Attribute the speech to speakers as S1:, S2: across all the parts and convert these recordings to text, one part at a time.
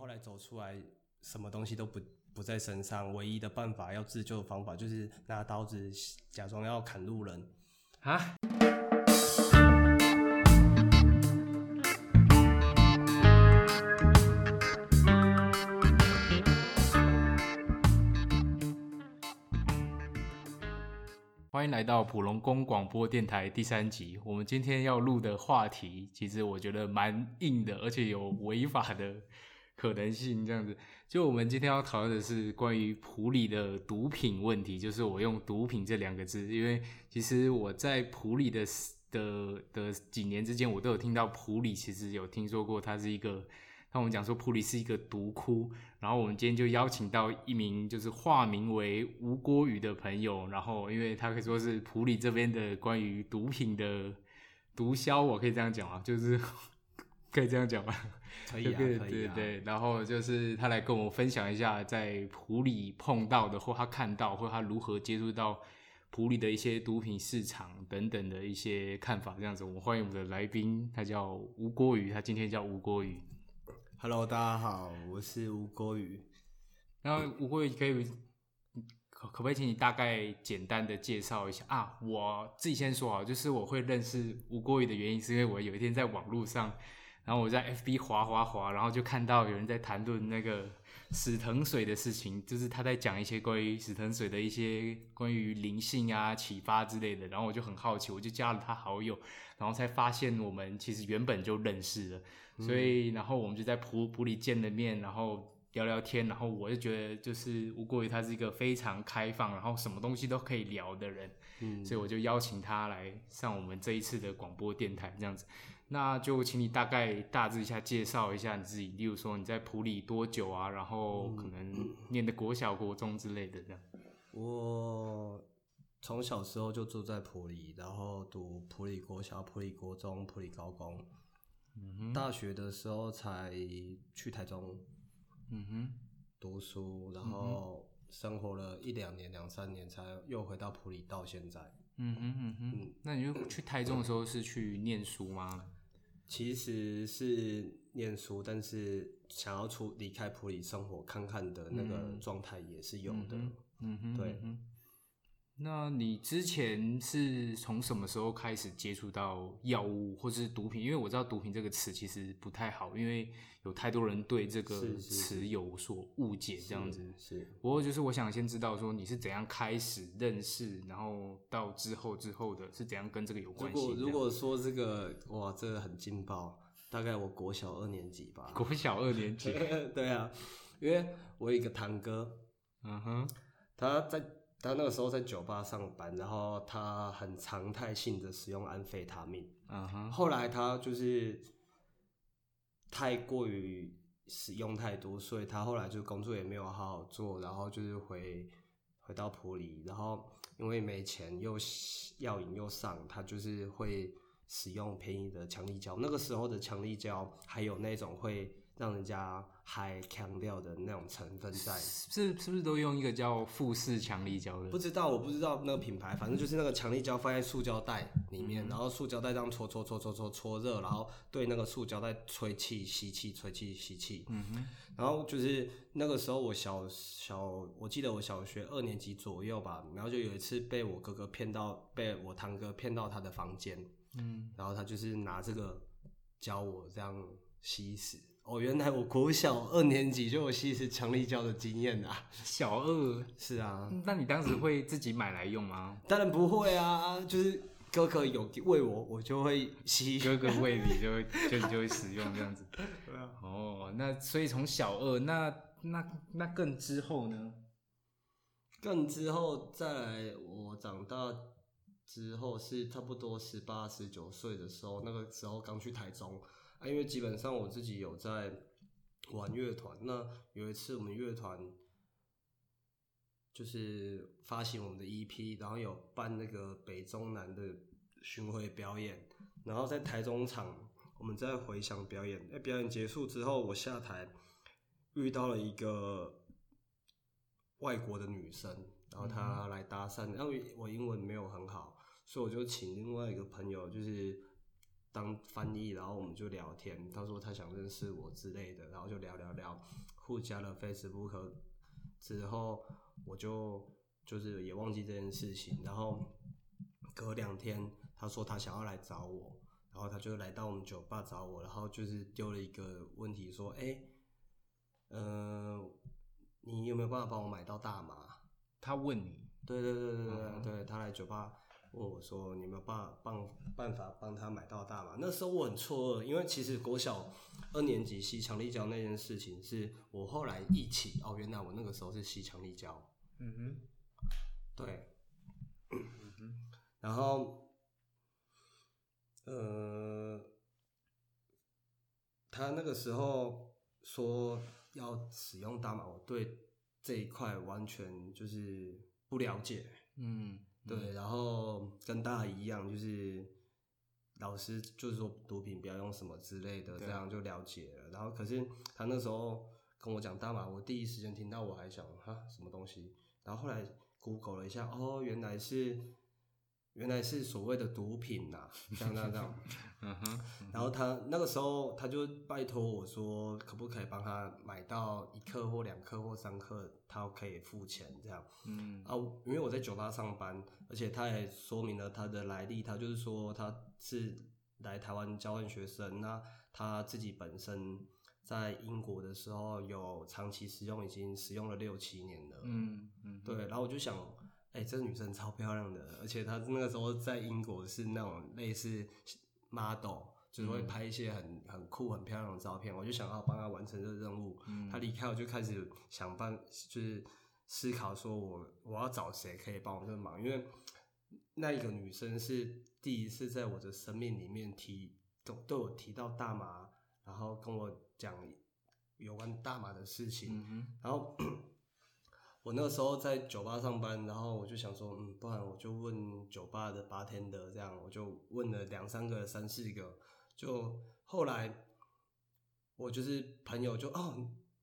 S1: 外走出来，什么东西都不不在身上，唯一的办法要自救的方法就是拿刀子假装要砍路人。
S2: 啊，欢迎来到普隆宫广播电台第三集。我们今天要录的话题，其实我觉得蛮硬的，而且有违法的可能性。这样子，就我们今天要讨论的是关于普里的毒品问题，就是我用“毒品”这两个字，因为其实我在普里的 s- 的的几年之间，我都有听到普里其实有听说过，它是一个，那我们讲说普里是一个毒窟，然后我们今天就邀请到一名就是化名为吴郭宇的朋友，然后因为他可以说是普里这边的关于毒品的毒枭，我可以这样讲啊，就是 可以这样讲 吧。
S1: 可啊
S2: 对对对对，然后就是他来跟我分享一下在普里碰到的，或他看到，或他如何接触到普里的一些毒品市场等等的一些看法，这样子。我们欢迎我们的来宾，他叫吴郭宇，他今天叫吴郭宇。
S1: Hello，大家好，我是吴郭宇。
S2: 然后吴郭宇可以可可不可以请你大概简单的介绍一下啊？我自己先说好，就是我会认识吴郭宇的原因，是因为我有一天在网络上。然后我在 FB 滑滑滑，然后就看到有人在谈论那个死藤水的事情，就是他在讲一些关于死藤水的一些关于灵性啊、启发之类的。然后我就很好奇，我就加了他好友，然后才发现我们其实原本就认识了。所
S1: 嗯
S2: 以，然后我们就在普普里见了面，然后聊聊天。然后我就觉得，就是吴国宇他是一个非常开放，然后什么东西都可以聊的人。
S1: 嗯，
S2: 所以我就邀请他来上我们这一次的广播电台这样子。那就请你大概大致一下介绍一下你自己，例如说你在普里多久啊，然后可
S1: 嗯
S2: 能念的国小、国中之类的这样。
S1: 我从小时候就住在普里，然后读普里国小、普里国中、普里高工，
S2: 嗯哼，
S1: 大学的时候才去台中
S2: 嗯哼，
S1: 读书，然后生活了一两年、两三年，才又回到普里，到现在。
S2: 嗯哼，嗯哼。那你就去台中的时候是去念书吗？
S1: 其实是念书，但是想要出离开普里生活看看的那个状态也是有的。
S2: 嗯嗯哼，
S1: 对
S2: 嗯哼。那你之前是从什么时候开始接触到药物或是毒品？因为我知道“毒品”这个词其实不太好，因为有太多人对这个
S1: 是是
S2: 词有所误解，这样子。
S1: 嗯是
S2: 不过就是我想先知道说你是怎样开始认识，然后到之后之后的是怎样跟这个有
S1: 如
S2: 关系这
S1: 果
S2: 样？
S1: 如果说这个哇，这个很劲爆，大概我国小二年级吧。
S2: 国小二年级，
S1: 对啊，因为我有一个堂哥，
S2: 嗯哼，
S1: 他在他那个时候在酒吧上班，然后他很常态性的使用安非他命，
S2: 嗯哼，
S1: 后来他就是太过于使用太多，所以他后来就工作也没有好好做，然后就是回回到普里，然后因为没钱又吸药瘾又上，他就是会使用便宜的强力胶。那个时候的强力胶还有那种会让人家嗨强掉的那种成分在。
S2: 是是不是都用一个叫富士强力胶的？
S1: 不知道，我不知道那个品牌，反正就是那个强力胶放在塑胶袋里面，
S2: 嗯
S1: 然后塑胶袋这样搓搓搓搓搓搓热，然后对那个塑胶袋吹气吸气，吹气吸气。
S2: 嗯哼，
S1: 然后就是那个时候我小小，我记得我小学二年级左右吧，然后就有一次被我哥哥骗到，被我堂哥骗到他的房间，
S2: 嗯，
S1: 然后他就是拿这个教我这样吸食。哦，原来我国小二年级就有吸食强力胶的经验啊！
S2: 小二
S1: 是啊，
S2: 那你当时会自己买来用吗？
S1: 当然不会啊，就是哥哥有喂我，我就会吸。
S2: 哥哥喂你就会就就会使用 这样子。
S1: 啊
S2: 哦，那所以从小二，那那那更之后呢？
S1: 更之后再来，我长大之后是差不多十八、十九岁的时候，那个时候刚去台中啊，因为基本上我自己有在玩乐团。那有一次我们乐团就是发行我们的 EP，然后有办那个北中南的巡回表演，然后在台中场我们在回想表演，那表演结束之后，我下台遇到了一个外国的女生，然后她来搭讪，然后我英文没有很好，所以我就请另外一个朋友就是当翻译，然后我们就聊天，她说她想认识我之类的，然后就聊聊聊，互加了 Facebook 之后，我就就是也忘记这件事情，然后隔两天他说他想要来找我，然后他就来到我们酒吧找我，然后就是丢了一个问题说，哎、呃，你有没有办法帮我买到大麻？
S2: 他问你，
S1: 对对对对对、对，他来酒吧问我说：“你有没有办法帮办法帮他买到大麻？”那时候我很错愕，因为其实国小二年级吸强力胶那件事情，是我后来一起哦，原来我那个时候是吸强力胶，
S2: 嗯哼，
S1: 对，然后，呃，他那个时候说要使用大麻，我对这一块完全就是不了解，
S2: 嗯，
S1: 对，然后跟大家一样，就是老师就是说毒品不要用什么之类的，
S2: 对
S1: 这样就了解了。然后可是他那时候跟我讲大麻，我第一时间听到我还想哈什么东西，然后后来 Google 了一下，哦，原来是原来是所谓的毒品呐、这样这样这 样。
S2: 嗯哼，
S1: 然后他那个时候他就拜托我说，可不可以帮他买到一克或两克或三克，他可以付钱这样。
S2: 嗯
S1: 啊，因为我在酒吧上班，而且他也说明了他的来历，他就是说他是来台湾交换学生，那他自己本身在英国的时候有长期使用，已经使用了六七年了，，
S2: 嗯嗯，
S1: 对，然后我就想，哎、这女生超漂亮的，而且她那个时候在英国是那种类似 model。就是会
S2: 嗯
S1: 拍一些很很酷、很漂亮的照片，我就想要帮她完成这个任务。
S2: 嗯，
S1: 他离开我就开始想办，就是思考说我我要找谁可以帮我这个忙，因为那一个女生是第一次在我的生命里面提跟对我提到大麻，然后跟我讲有关大麻的事情，
S2: 嗯哼，
S1: 然后 我那个时候在酒吧上班，然后我就想说，嗯，不然我就问酒吧的 bartender，这样我就问了两三个、三四个，就后来我就是朋友就哦，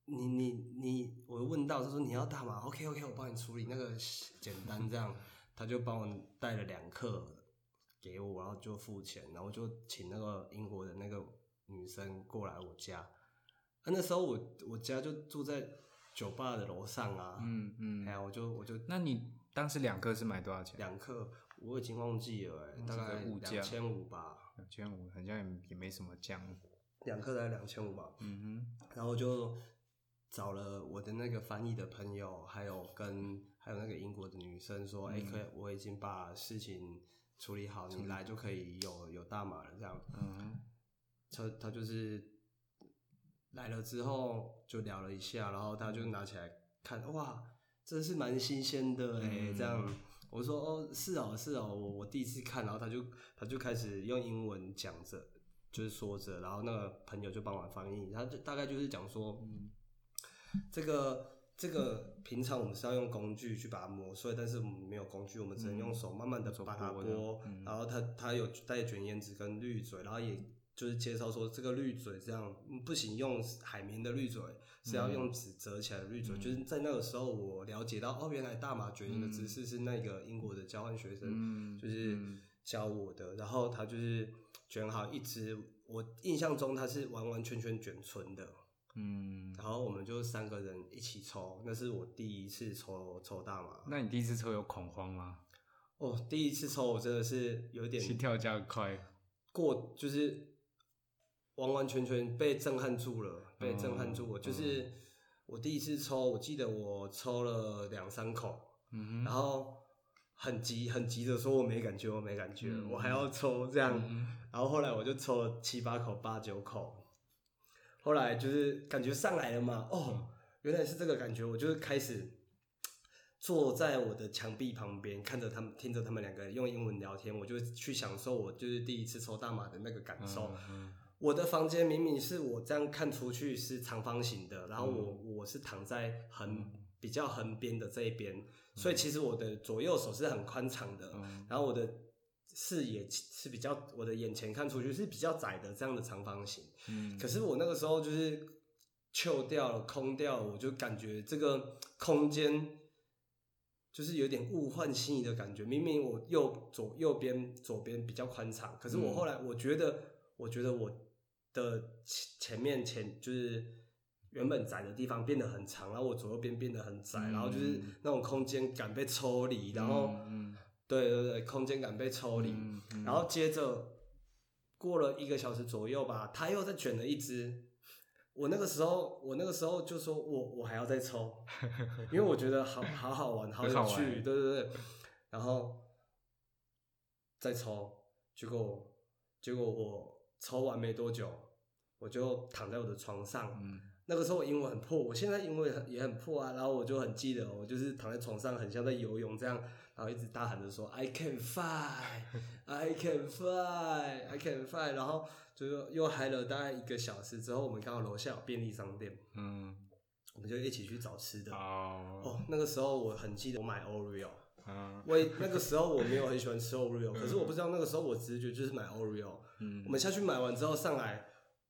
S1: 你你你，我问到他说你要大麻，OK OK，我帮你处理那个简单这样，他就帮我带了两克给我，然后就付钱，然后就请那个英国的那个女生过来我家，啊、那时候我我家就住在酒吧的楼上啊，
S2: 嗯
S1: 哎
S2: 嗯，
S1: 呀，我就我就
S2: 那你当时两颗是买多少钱？
S1: 两克，我已经忘记了、欸，
S2: 忘记
S1: 大
S2: 了
S1: 概
S2: 物价
S1: 两千五吧，
S2: 两千五，好像也也没什么降，
S1: 两克大概两千五吧，
S2: 嗯
S1: 然后就找了我的那个翻译的朋友，还有跟还有那个英国的女生说，哎、可以，我已经把事情处理好，你来就可以有有大码了这样。
S2: 哼，嗯哼，
S1: 他他就是来了之后就聊了一下，然后他就拿起来看，哇，真是蛮新鲜的哎、
S2: 嗯
S1: 这样。我说哦，是哦，是哦，我我第一次看，然后他就他就开始用英文讲着，就是说着，然后那个朋友就帮我翻译，他就大概就是讲说，这个这个平常我们是要用工具去把它磨碎，但是我们没有工具，我们只能用手慢慢的把它
S2: 手剥
S1: 剥。
S2: 的嗯
S1: 然后它它有带卷烟纸跟滤嘴，然后也就是介绍说这个滤嘴这样嗯不行，用海绵的滤嘴是要
S2: 嗯
S1: 用纸折起来的滤嘴。就是在那个时候，我了解到哦，原来大麻卷烟的知识是那个英国的交换学生、
S2: 嗯
S1: 就是
S2: 嗯
S1: 教我的，然后他就是卷好一支，我印象中他是完完全全卷纯的。
S2: 嗯，
S1: 然后我们就三个人一起抽，那是我第一次抽抽大麻。
S2: 那你第一次抽有恐慌吗？
S1: 哦，第一次抽我真的是有点
S2: 心跳加快，
S1: 过，就是完完全全被震撼住了，被震撼
S2: 嗯
S1: 住了。就是我第一次抽，我记得我抽了两三口，
S2: 嗯
S1: 然
S2: 哼，
S1: 后很急很急的说我没感觉，我没感觉，
S2: 嗯
S1: 我还要抽这样。
S2: 嗯
S1: 然后后来我就抽了七八口、八九口，后来就是感觉上来了嘛，哦，原来是这个感觉，我就开始坐在我的墙壁旁边，看着他们，听着他们两个人用英文聊天，我就去享受我就是第一次抽大麻的那个感受。
S2: 嗯
S1: 我的房间明明是我这样看出去是长方形的，然后我、
S2: 嗯
S1: 我是躺在横比较横边的这一边，所以其实我的左右手是很宽敞的，
S2: 嗯
S1: 然后我的视野是比较我的眼前看出去是比较窄的这样的长方形。
S2: 嗯
S1: 可是我那个时候就是扣掉了、空掉了，我就感觉这个空间就是有点物换星移的感觉。明明我右左右边左边比较宽敞，可是我
S2: 嗯
S1: 后来我觉得，我觉得我的前前面前就是原本窄的地方变得很长，然后我左右边变得很窄，
S2: 嗯
S1: 然后就是那种空间感被抽离，然后、
S2: 嗯
S1: 对对对，空间感被抽离，
S2: 嗯嗯
S1: 然后接着过了一个小时左右吧，他又再卷了一只。我那个时候，我那个时候就说我我还要再抽， 因为我觉得好好好玩，好有
S2: 很好玩
S1: 趣，对对对。然后再抽，结果结果我抽完没多久，我就躺在我的床上。
S2: 嗯
S1: 那个时候我英文很破，我现在英文很也很破啊。然后我就很记得，我就是躺在床上，很像在游泳这样，然后一直大喊着说 “I can fly, I can fly, I can fly”，然后就是又嗨了大概一个小时之后，我们刚好楼下有便利商店，
S2: 嗯
S1: 我们就一起去找吃的。
S2: 哦
S1: 哦，那个时候我很记得我买 Oreo，
S2: 嗯
S1: 我也那个时候我没有很喜欢吃 Oreo，可是我不知道那个时候我直觉就是买 Oreo。
S2: 嗯
S1: 我们下去买完之后上来，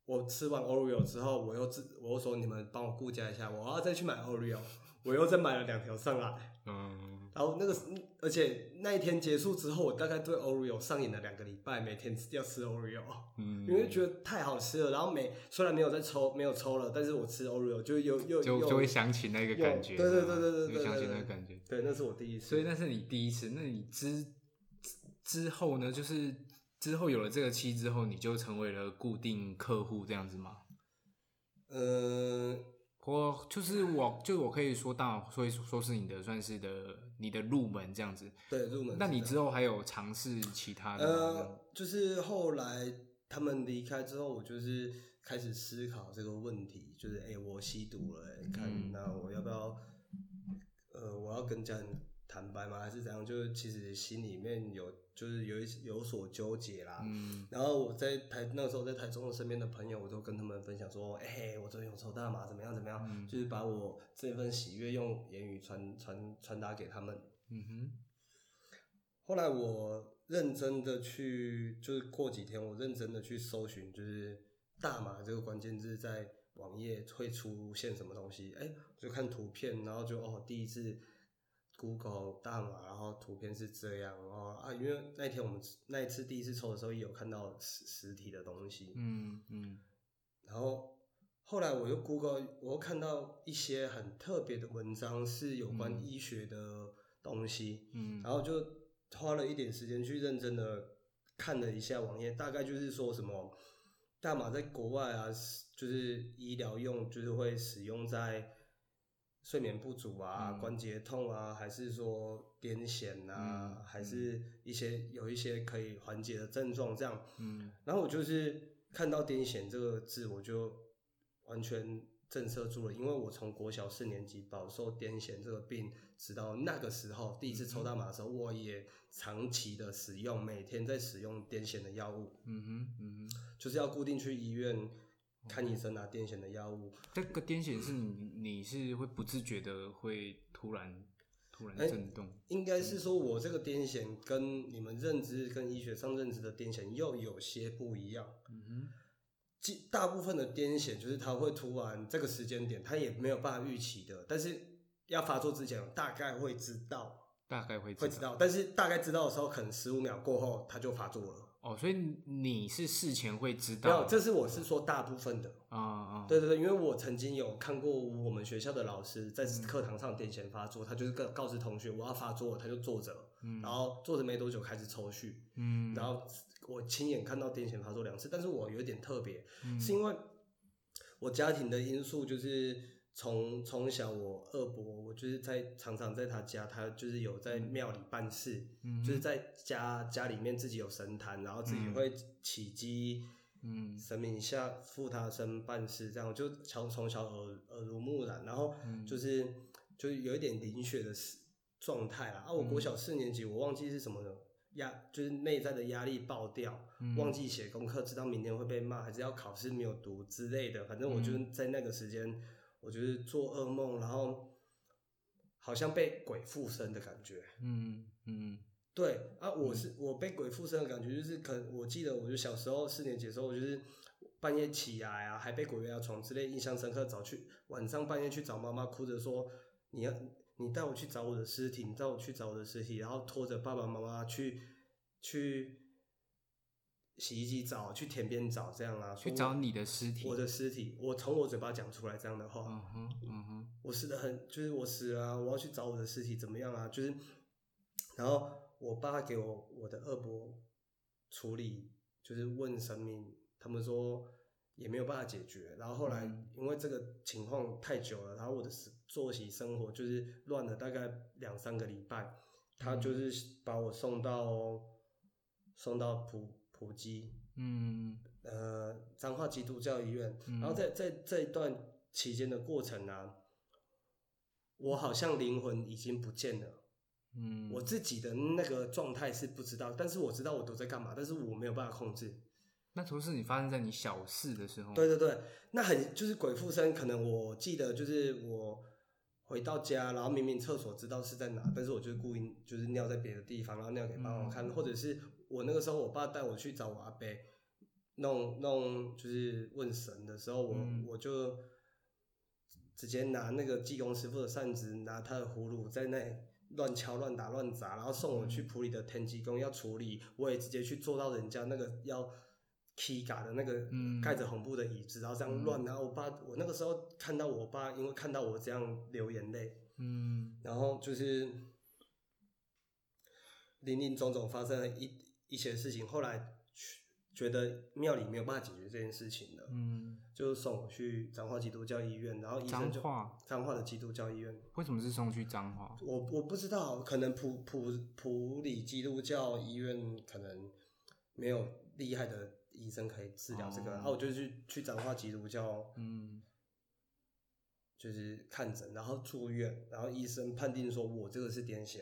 S1: 我吃完 Oreo 之后，我又自我又说你们帮我顾家一下，我要再去买 Oreo，我 又再买了两条上来。
S2: 嗯
S1: 然后那个，而且那一天结束之后，我大概对 Oreo 上瘾了两个礼拜，每天要吃 Oreo，
S2: 嗯，
S1: 因为觉得太好吃了。然后每虽然没有在抽，没有抽了，但是我吃 Oreo 就又又
S2: 就
S1: 又
S2: 就会想起那个感觉，嗯
S1: 有对对对对对对
S2: 会想起
S1: 对
S2: 那个
S1: 对
S2: 感觉。
S1: 对，那是我第一次。
S2: 所以那是你第一次，那你之之之后呢？就是之后有了这个期之后，你就成为了固定客户这样子吗？
S1: 嗯，
S2: 我就是我，就我可以说到，所以说是你的算是的你的入门这样子。
S1: 对，入门。
S2: 那你之后还有尝试其他的吗？
S1: 呃，就是后来他们离开之后，我就是开始思考这个问题，就是哎、诶我吸毒了、诶看、
S2: 嗯
S1: 那我要不要，呃，我要跟家人坦白吗？还是怎样？就是其实心里面有就是有一有所纠结啦。
S2: 嗯
S1: 然后我在台那个时候在台中，我身边的朋友，我都跟他们分享说，哎、我昨天有抽大麻，怎么样怎么样，
S2: 嗯
S1: 就是把我这份喜悦用言语传传传达给他们。
S2: 嗯哼，
S1: 后来我认真的去，就是过几天我认真的去搜寻，就是大麻这个关键字在网页会出现什么东西，哎、我就看图片，然后就哦，第一次 Google 大麻，然后图片是这样，哦啊，因为那天我们那一次第一次抽的时候也有看到实实体的东西，
S2: 嗯嗯
S1: 然后后来我又 Google，我又看到一些很特别的文章，是有关
S2: 嗯
S1: 医学的东西，
S2: 嗯，
S1: 然后就花了一点时间去认真的看了一下网页，大概就是说什么大麻在国外啊，是就是医疗用，就是会使用在睡眠不足啊、
S2: 嗯
S1: 关节痛啊，还是说癫痫啊，
S2: 嗯
S1: 还是一些有一些可以缓解的症状这样。
S2: 嗯
S1: 然后我就是看到“癫痫”这个字，我就完全震慑住了，因为我从国小四年级饱受癫痫这个病，直到那个时候第一次抽大麻的时候，我也长期的使用，每天在使用癫痫的药物，
S2: 嗯哼嗯哼，
S1: 就是要固定去医院看医生拿癫痫的药物。
S2: 这个癫痫是你你是会不自觉的会突然突然
S1: 哎
S2: 震动，
S1: 应该是说，我这个癫痫跟你们认知、跟医学上认知的癫痫又有些不一样。
S2: 嗯
S1: 基大部分的癫痫就是它会突然这个时间点，它也没有办法预期的，但是要发作之前大概会知道，
S2: 哼，大概会
S1: 会知道，但是大概知道的时候，可能十五秒过后它就发作了。
S2: 哦，所以你是事前会知
S1: 没
S2: 道
S1: 有，这是我是说大部分的，
S2: 啊啊，
S1: 对对对，因为我曾经有看过我们学校的老师在课堂上癫痫发作，他就是告告知同学我要发作了，他就坐着，
S2: 嗯
S1: 然后坐着没多久开始抽搐，
S2: 嗯，
S1: 然后我亲眼看到癫痫发作两次，但是我有一点特别，
S2: 嗯
S1: 是因为我家庭的因素，就是从从小我二伯，我就是在常常在他家，他就是有在庙里办事，
S2: 嗯
S1: 就是在家家里面自己有神坛，然后自己
S2: 嗯
S1: 会起鸡。
S2: 嗯
S1: 神明下附他身办事，这样就从从小耳耳濡目染，然后
S2: 嗯
S1: 就是、就是有一点灵学的事状态啦。啊，我国小四年级，我忘记是什么了，压就是内在的压力爆掉，
S2: 嗯
S1: 忘记写功课，知道明天会被骂，还是要考试没有读之类的。反正我就是在那个时间，我就是做噩梦，然后好像被鬼附身的感觉。
S2: 嗯嗯
S1: 对啊，我是、我被鬼附身的感觉，就是可能我记得，我就小时候四年级的时候，我就是半夜起来啊，还被鬼压床之类，印象深刻。早去晚上半夜去找妈妈，哭着说：“你要你带我去找我的尸体，你带我去找我的尸体。”然后拖着爸爸妈妈去去洗衣机找，去田边找这样啊，
S2: 去
S1: 说
S2: 找
S1: 我
S2: 你的尸体。
S1: 我的尸体，我从我嘴巴讲出来这样的话，
S2: 嗯哼，嗯哼，
S1: 我死的很，就是我死了、啊，我要去找我的尸体怎么样啊？就是，然后我爸给我我的恶魔处理，就是问神明，他们说也没有办法解决。然后后来
S2: 嗯
S1: 因为这个情况太久了，然后我的食作息生活就是乱了大概两三个礼拜，他就是把我送到送到普普基，
S2: 嗯
S1: 呃彰化基督教医院，
S2: 嗯
S1: 然后在在这一段期间的过程啊，我好像灵魂已经不见了，
S2: 嗯，
S1: 我自己的那个状态是不知道，但是我知道我都在干嘛，但是我没有办法控制。
S2: 那同时你发生在你小四的时候，
S1: 对，对对，那很就是鬼附身，可能我记得就是我回到家，然后明明厕所知道是在哪，但是我就是故意就是尿在别的地方，然后尿给爸妈看，
S2: 嗯
S1: 或者是我那个时候我爸带我去找我阿伯弄弄就是问神的时候，我、
S2: 嗯
S1: 我就直接拿那个济公师傅的扇子，拿他的葫芦在那里乱敲乱打乱砸，然后送我去
S2: 嗯
S1: 普里的天机宫要处理，我也直接去坐到人家那个要 k 嘎的那个
S2: 嗯
S1: 盖着红布的椅子，然后这样乱。然后我爸，我那个时候看到我爸，因为看到我这样流眼泪，
S2: 嗯
S1: 然后就是林林总总发生了一一些事情，后来去觉得庙里没有办法解决这件事情了，
S2: 嗯，
S1: 就送我去彰化基督教医院，然后医
S2: 彰
S1: 生就
S2: 化
S1: 彰化的基督教医院，
S2: 为什么是送去彰化？
S1: 我我不知道，可能普普普里基督教医院可能没有厉害的医生可以治疗这个，
S2: 哦
S1: 然后我就去去彰化基督教，
S2: 嗯
S1: 就是看诊，然后住院，然后医生判定说我这个是癫痫。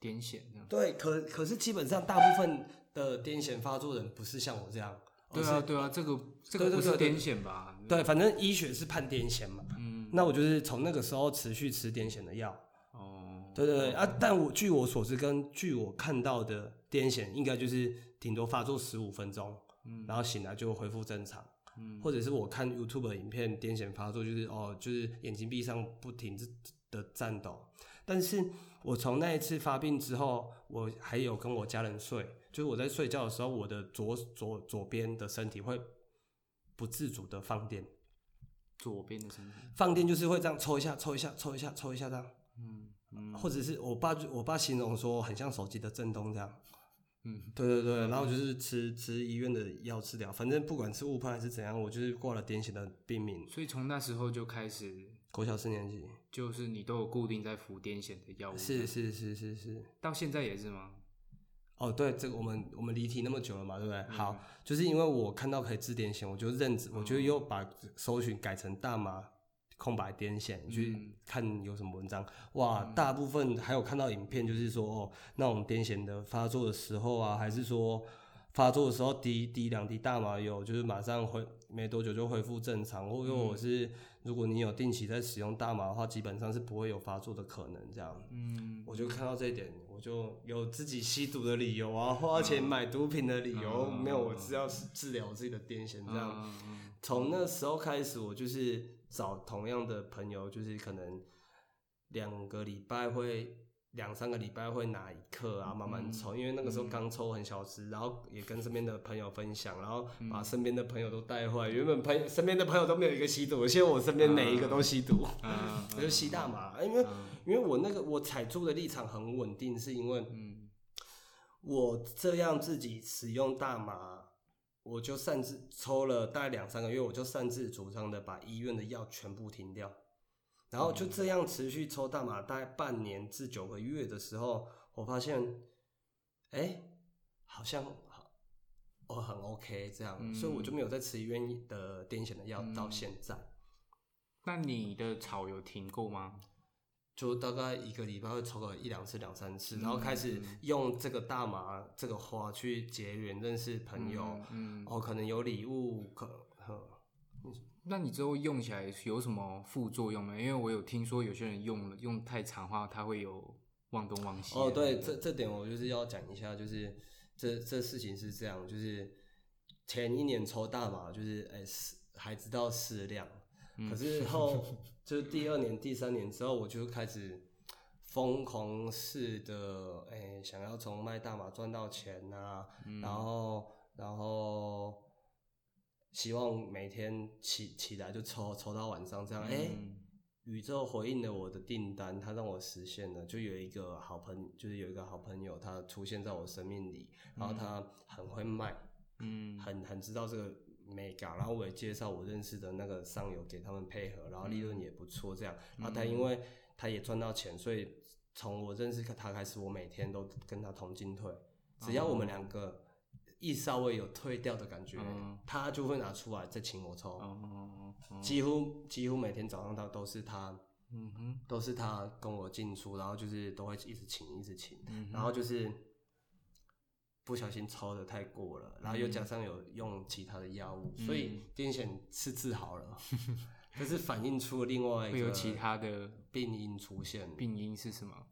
S2: 癫痫这样。
S1: 对，可可是基本上大部分的癫痫发作人不是像我这样，
S2: 对
S1: 而
S2: 啊
S1: 哦是
S2: 对啊，这个这
S1: 对
S2: 个
S1: 对
S2: 不是
S1: 对
S2: 癫痫吧？
S1: 对，反正医学是判癫痫嘛。
S2: 嗯，
S1: 那我就是从那个时候持续吃癫痫的药，
S2: 哦，
S1: 对对对啊！但我据我所知，跟据我看到的癫痫，应该就是顶多发作十五分钟，
S2: 嗯
S1: 然后醒来就恢复正常，
S2: 嗯
S1: 或者是我看 YouTube 影片，癫痫发作就是哦，就是眼睛闭上不停的颤抖。但是我从那一次发病之后，我还有跟我家人睡，就是我在睡觉的时候，我的左左左边的身体会不自主的放电，
S2: 左边的身体，
S1: 放电就是会这样抽一下、抽一下、抽一下、抽一下这样。
S2: 嗯嗯
S1: 或者是我爸就，我爸形容说很像手机的震动这样。
S2: 嗯，
S1: 对对对，然后就是吃吃医院的药治疗，反正不管是误判还是怎样，我就是挂了癫痫的病名。
S2: 所以从那时候就开始，
S1: 国小四年级，
S2: 就是你都有固定在服癫痫的药物，
S1: 是，是是是是。
S2: 到现在也是吗？
S1: 哦，对，这个我们我们离题那么久了嘛，对不对？好，就是因为我看到可以治癫痫，我就认知，我就又把搜寻改成大麻空白癫痫，去看有什么文章。哇，大部分还有看到影片，就是说哦，那种癫痫的发作的时候啊，还是说发作的时候滴滴两滴大麻油，就是马上恢没多久就恢复正常，或者我是、如果你有定期在使用大麻的话，基本上是不会有发作的可能这样。
S2: 嗯，
S1: 我就看到这一点，我就有自己吸毒的理由啊，花钱买毒品的理由，
S2: 嗯
S1: 没有，我是要治疗我自己的癫痫这样。
S2: 嗯嗯
S1: 从那时候开始，我就是找同样的朋友，就是可能两个礼拜会。两三个礼拜会拿一克啊，慢慢抽，因为那个时候刚抽很小只，然后也跟身边的朋友分享，然后把身边的朋友都带坏。原本朋友身边的朋友都没有一个吸毒，现在我身边每一个都吸毒。
S2: 嗯
S1: 我就吸大麻，因为因为我那个我踩住的立场很稳定，是因为
S2: 嗯
S1: 我这样自己使用大麻，我就擅自抽了大概两三个月，我就擅自主张的把医院的药全部停掉，然后就这样持续抽大麻大概半年至九个月的时候，我发现，哎、好像好我很 OK 这样，
S2: 嗯
S1: 所以我就没有再吃医院的癫痫的药到现在。
S2: 那你的草有停够吗？
S1: 就大概一个礼拜会抽个一两次、两三次，
S2: 嗯
S1: 然后开始用这个大麻这个花去结缘、认识朋友，
S2: 嗯，嗯
S1: 哦，可能有礼物，可呵
S2: 那你之后用起来有什么副作用吗？因为我有听说有些人用了用太长的话，他会有忘东忘西的那
S1: 哦，
S2: 种。
S1: 对，这这点我就是要讲一下，就是这这事情是这样，就是前一年抽大麻，就是哎适还知道适量，可是后就是第二年、第三年之后，我就开始疯啊狂式的哎想要从卖大麻赚到钱呐、然后然后希望每天起起来就抽抽到晚上，这样哎、诶
S2: 嗯
S1: 宇宙回应了我的订单，它让我实现了。就有一个好朋就是有一个好朋友，他出现在我生命里，然后他很会卖，
S2: 嗯，
S1: 很很知道这个 mega，然后我也介绍我认识的那个上游给他们配合，然后利润
S2: 嗯
S1: 也不错，这样。然后他因为他也赚到钱，所以从我认识他开始，我每天都跟他同进退，只要我
S2: 哦
S1: 们两个一稍微有退掉的感觉，
S2: 嗯
S1: 他就会拿出来再请我抽，
S2: 哦，哦
S1: 几乎几乎每天早上他都是他。
S2: 嗯哼，
S1: 都是他跟我进出，然后就是都会一直请，一直请，
S2: 嗯哼
S1: 然后就是不小心抽的太过了，然后
S2: 嗯
S1: 又加上有用其他的药物，所以癫痫是治好了， 可是反映出另外一
S2: 会
S1: 个
S2: 有其他的
S1: 病因出现。
S2: 病因是什么？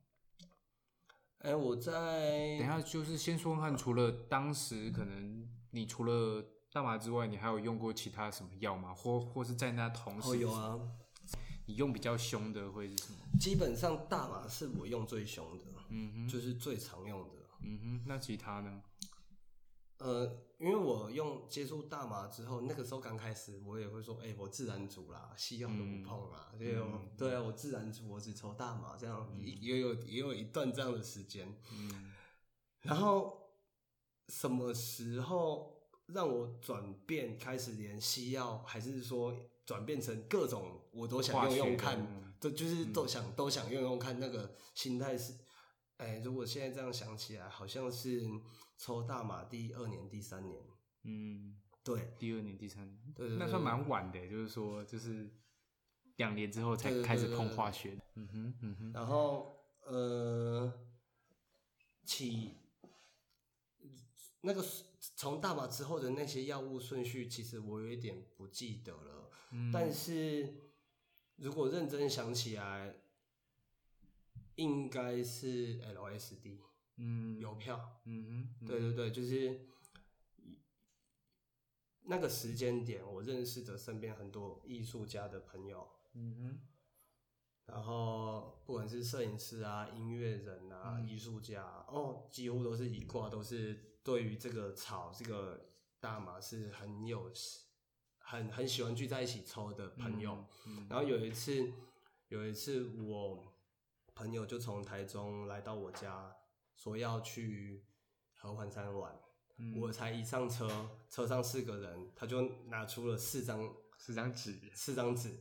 S1: 哎、我在
S2: 等一下就是先说看，除了当时可能你除了大麻之外，你还有用过其他什么药吗？或或是在那同
S1: 哦
S2: 时，
S1: 有啊，
S2: 你用比较凶的会是什么？
S1: 基本上大麻是我用最凶的，
S2: 嗯哼，
S1: 就是最常用的。
S2: 嗯哼，那其他呢？
S1: 呃，因为我用接触大麻之后，那个时候刚开始，我也会说，哎、我自然组啦，西药都不碰
S2: 嗯
S1: 啦，所以我、对啊，我自然组，我只抽大麻，这样、也也有也有一段这样的时间。
S2: 嗯
S1: 然后什么时候让我转变，开始连西药，还是说转变成各种我都想用用
S2: 化学的嗯
S1: 看，都就是都想、都想用用看，那个心态是，哎、如果现在这样想起来，好像是抽大麻第二年、第三年，
S2: 嗯，
S1: 对
S2: 第二年、第三年，
S1: 对对
S2: 那算蛮晚的，就是说就是两年之后才
S1: 对对对
S2: 开始
S1: 对
S2: 碰
S1: 对
S2: 化学的。嗯哼，嗯哼，
S1: 然后呃，起那个从大麻之后的那些药物顺序，其实我有一点不记得了。
S2: 嗯
S1: 但是如果认真想起来，应该是 LSD
S2: 嗯，
S1: 邮票。
S2: 嗯哼，
S1: 对对对，就是那个时间点，我认识的身边很多艺术家的朋友，
S2: 嗯哼，
S1: 然后不管是摄影师啊、音乐人啊、
S2: 嗯
S1: 艺术家啊、哦，几乎都是一挂，都是对于这个草、这个大麻是很有、很很喜欢聚在一起抽的朋友。
S2: 嗯
S1: 然后有一次，有一次我朋友就从台中来到我家，说要去合欢山玩。
S2: 嗯
S1: 我才一上车，车上四个人，他就拿出了四张
S2: 是张纸，
S1: 四张纸。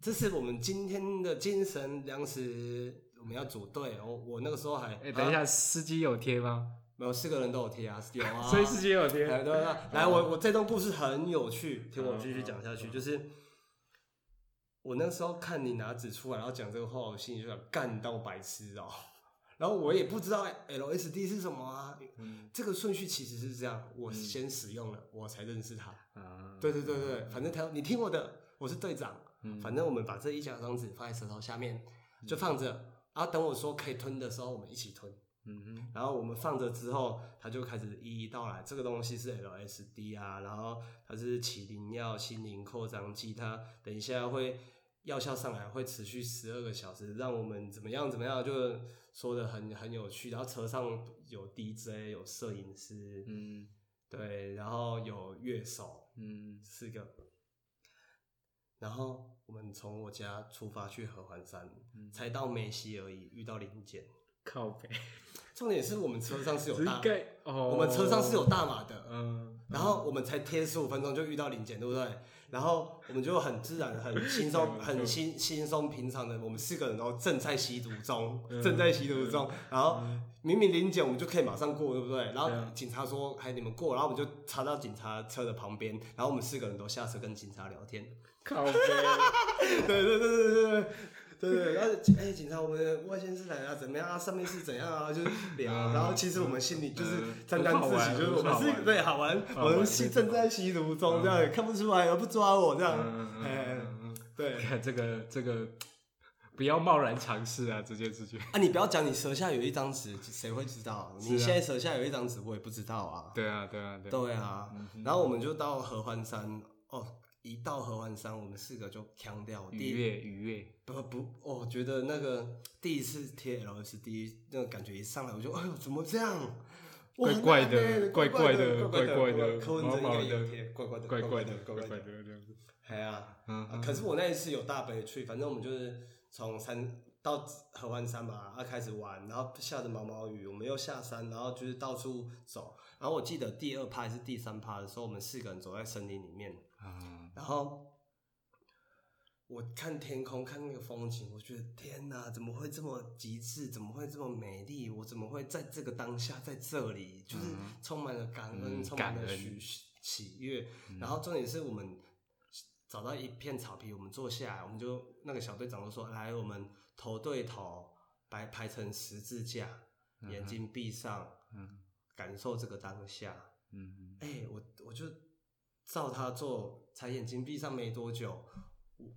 S1: 这是我们今天的精神粮食，我们要组队。我我那个时候还，
S2: 哎，等一
S1: 啊，
S2: 下，司机有贴吗？
S1: 没有四个人都有贴啊，有啊。
S2: 所以司机有
S1: 哎
S2: 贴。
S1: 对对对来，我我这段故事很有趣，听我继续
S2: 嗯
S1: 讲下去。就是我那时候看你拿纸出来，然后讲这个话，我心里就想干到白痴哦、然后我也不知道哎 LSD 是什么啊，
S2: 嗯
S1: 这个顺序其实是这样，我先使用了，我才认识它。
S2: 啊，
S1: 对对对对，反正他你听我的，我是队长，
S2: 嗯
S1: 反正我们把这一小张纸放在舌头下面就放着，然后等我说可以吞的时候，我们一起吞。
S2: 嗯哼，
S1: 然后我们放着之后，他就开始一一道来，这个东西是 LSD 啊，然后它是麒麟药、心灵扩张剂，它等一下会药效上来会持续十二个小时，让我们怎么样怎么样，就说的很很有趣。然后车上有 DJ，有摄影师，
S2: 嗯
S1: 对，然后有乐手，
S2: 嗯
S1: 四个。然后我们从我家出发去合欢山，才到梅西而已，遇到林检。
S2: 靠北，
S1: 重点是我们车上是有
S2: 只
S1: 大
S2: 是，盖哦，
S1: 我们车上是有大码的，
S2: 嗯
S1: 然后我们才贴十五分钟就遇到林检，对不对？然后我们就很自然、很轻松、很轻轻松平常的，我们四个人都正在吸毒中，正在吸毒中。 然后明明林检我们就可以马上过，对不对？然后
S2: 对
S1: 警察说：“哎，你们过。”然后我们就插到警察车的旁边，然后我们四个人都下车跟警察聊天。
S2: 靠 北，
S1: 对对对对对对对对，然后警哎、警察，我们的外县市来啊，怎么样啊？上面是怎样啊？就是聊，
S2: 嗯
S1: 然后其实我们心里就是
S2: 嗯
S1: 沾沾
S2: 很好
S1: 自
S2: 玩
S1: 喜，就是我们
S2: 很好玩
S1: 是对好玩，
S2: 好
S1: 我
S2: 玩
S1: 们是正在吸毒中，这样也看不出来，而不抓我这样，
S2: 嗯
S1: 哎，
S2: 嗯，
S1: 对。
S2: 看这个这个不要贸然尝试啊，这件事情。
S1: 啊，你不要讲你舌下有一张纸，谁会知道？你现在舌下有一张纸，我也不知道啊。
S2: 啊对啊对啊对啊，
S1: 对啊，然后我们就到合欢山哦，一到合欢山，我们四个就腔掉，第
S2: 愉
S1: 一
S2: 悦愉悦，
S1: 不不，我觉得那个第一次贴 LSD 那个感觉一上来，我就哎呦怎么这样？
S2: 怪怪的，怪怪的，怪怪的，
S1: 柯文哲
S2: 毛
S1: 应
S2: 毛
S1: 该
S2: 的
S1: 有贴，怪怪的，
S2: 怪怪
S1: 的
S2: 的，，怪
S1: 怪
S2: 怪
S1: 怪
S2: 的。这样子。
S1: 哎呀，
S2: 嗯
S1: 啊可是我那一次有大悲去，反正我们就是从山到合欢山嘛，啊开始玩，然后下着毛毛雨，我们又下山，然后就是到处走。然后我记得第二趴还是第三趴的时候，我们四个人走在森林里面，
S2: 啊，
S1: 然后我看天空，看那个风景，我觉得天哪，怎么会这么极致？怎么会这么美丽？我怎么会在这个当下，在这里，就是
S2: 嗯
S1: 充满了感恩，
S2: 嗯
S1: 充满
S2: 感
S1: 了
S2: 恩嗯
S1: 喜喜悦。然后重点是我们找到一片草皮，我们坐下来，我们就那个小队长就说：“来，我们头对头，排排成十字架，眼睛闭上，
S2: 嗯
S1: 感受这个当下。”
S2: 嗯
S1: 哎、我我就照他做，才眼睛闭上没多久，我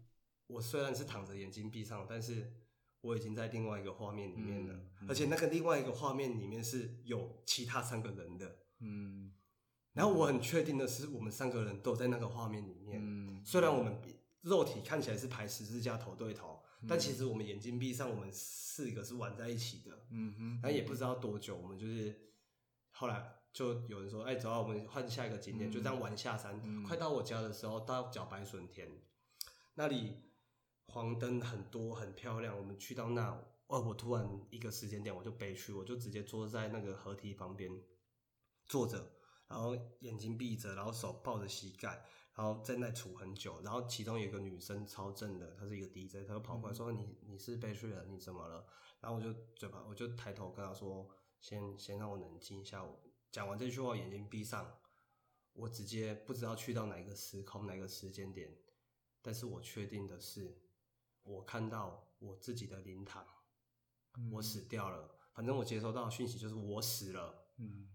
S1: 我虽然是躺着眼睛闭上，但是我已经在另外一个画面里面了，
S2: 嗯嗯
S1: 而且那个另外一个画面里面是有其他三个人的，
S2: 嗯
S1: 然后我很确定的是，我们三个人都在那个画面里面，
S2: 嗯，
S1: 虽然我们肉体看起来是排十字架头对头，
S2: 嗯
S1: 但其实我们眼睛闭上，我们四个是玩在一起的，
S2: 嗯哼，
S1: 然后也不知道多久，我们就是后来就有人说，哎，走啊，我们换下一个景点，
S2: 嗯
S1: 就这样玩下山。
S2: 嗯
S1: 快到我家的时候，到脚白笋田那里，黄灯很多，很漂亮。我们去到那，哦，我突然一个时间点我就悲屈，我就直接坐在那个河堤旁边坐着，然后眼睛闭着，然后手抱着膝盖。然后在那杵很久，然后其中有一个女生超正的，她是一个 DJ，她就跑过来说：“你你是悲催了，你怎么了？”然后我就嘴巴，我就抬头跟他说：“先先让我冷静一下。”我讲完这句话，眼睛闭上，我直接不知道去到哪一个时空、哪一个时间点，但是我确定的是，我看到我自己的灵堂，
S2: 嗯
S1: 我死掉了。反正我接收到的讯息就是我死了。
S2: 嗯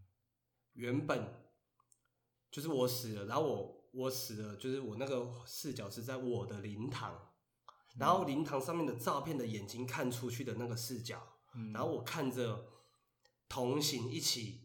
S1: 原本就是我死了，然后我我死了，就是我那个视角是在我的灵堂，然后灵堂上面的照片的眼睛看出去的那个视角，
S2: 嗯，
S1: 然后我看着同行一起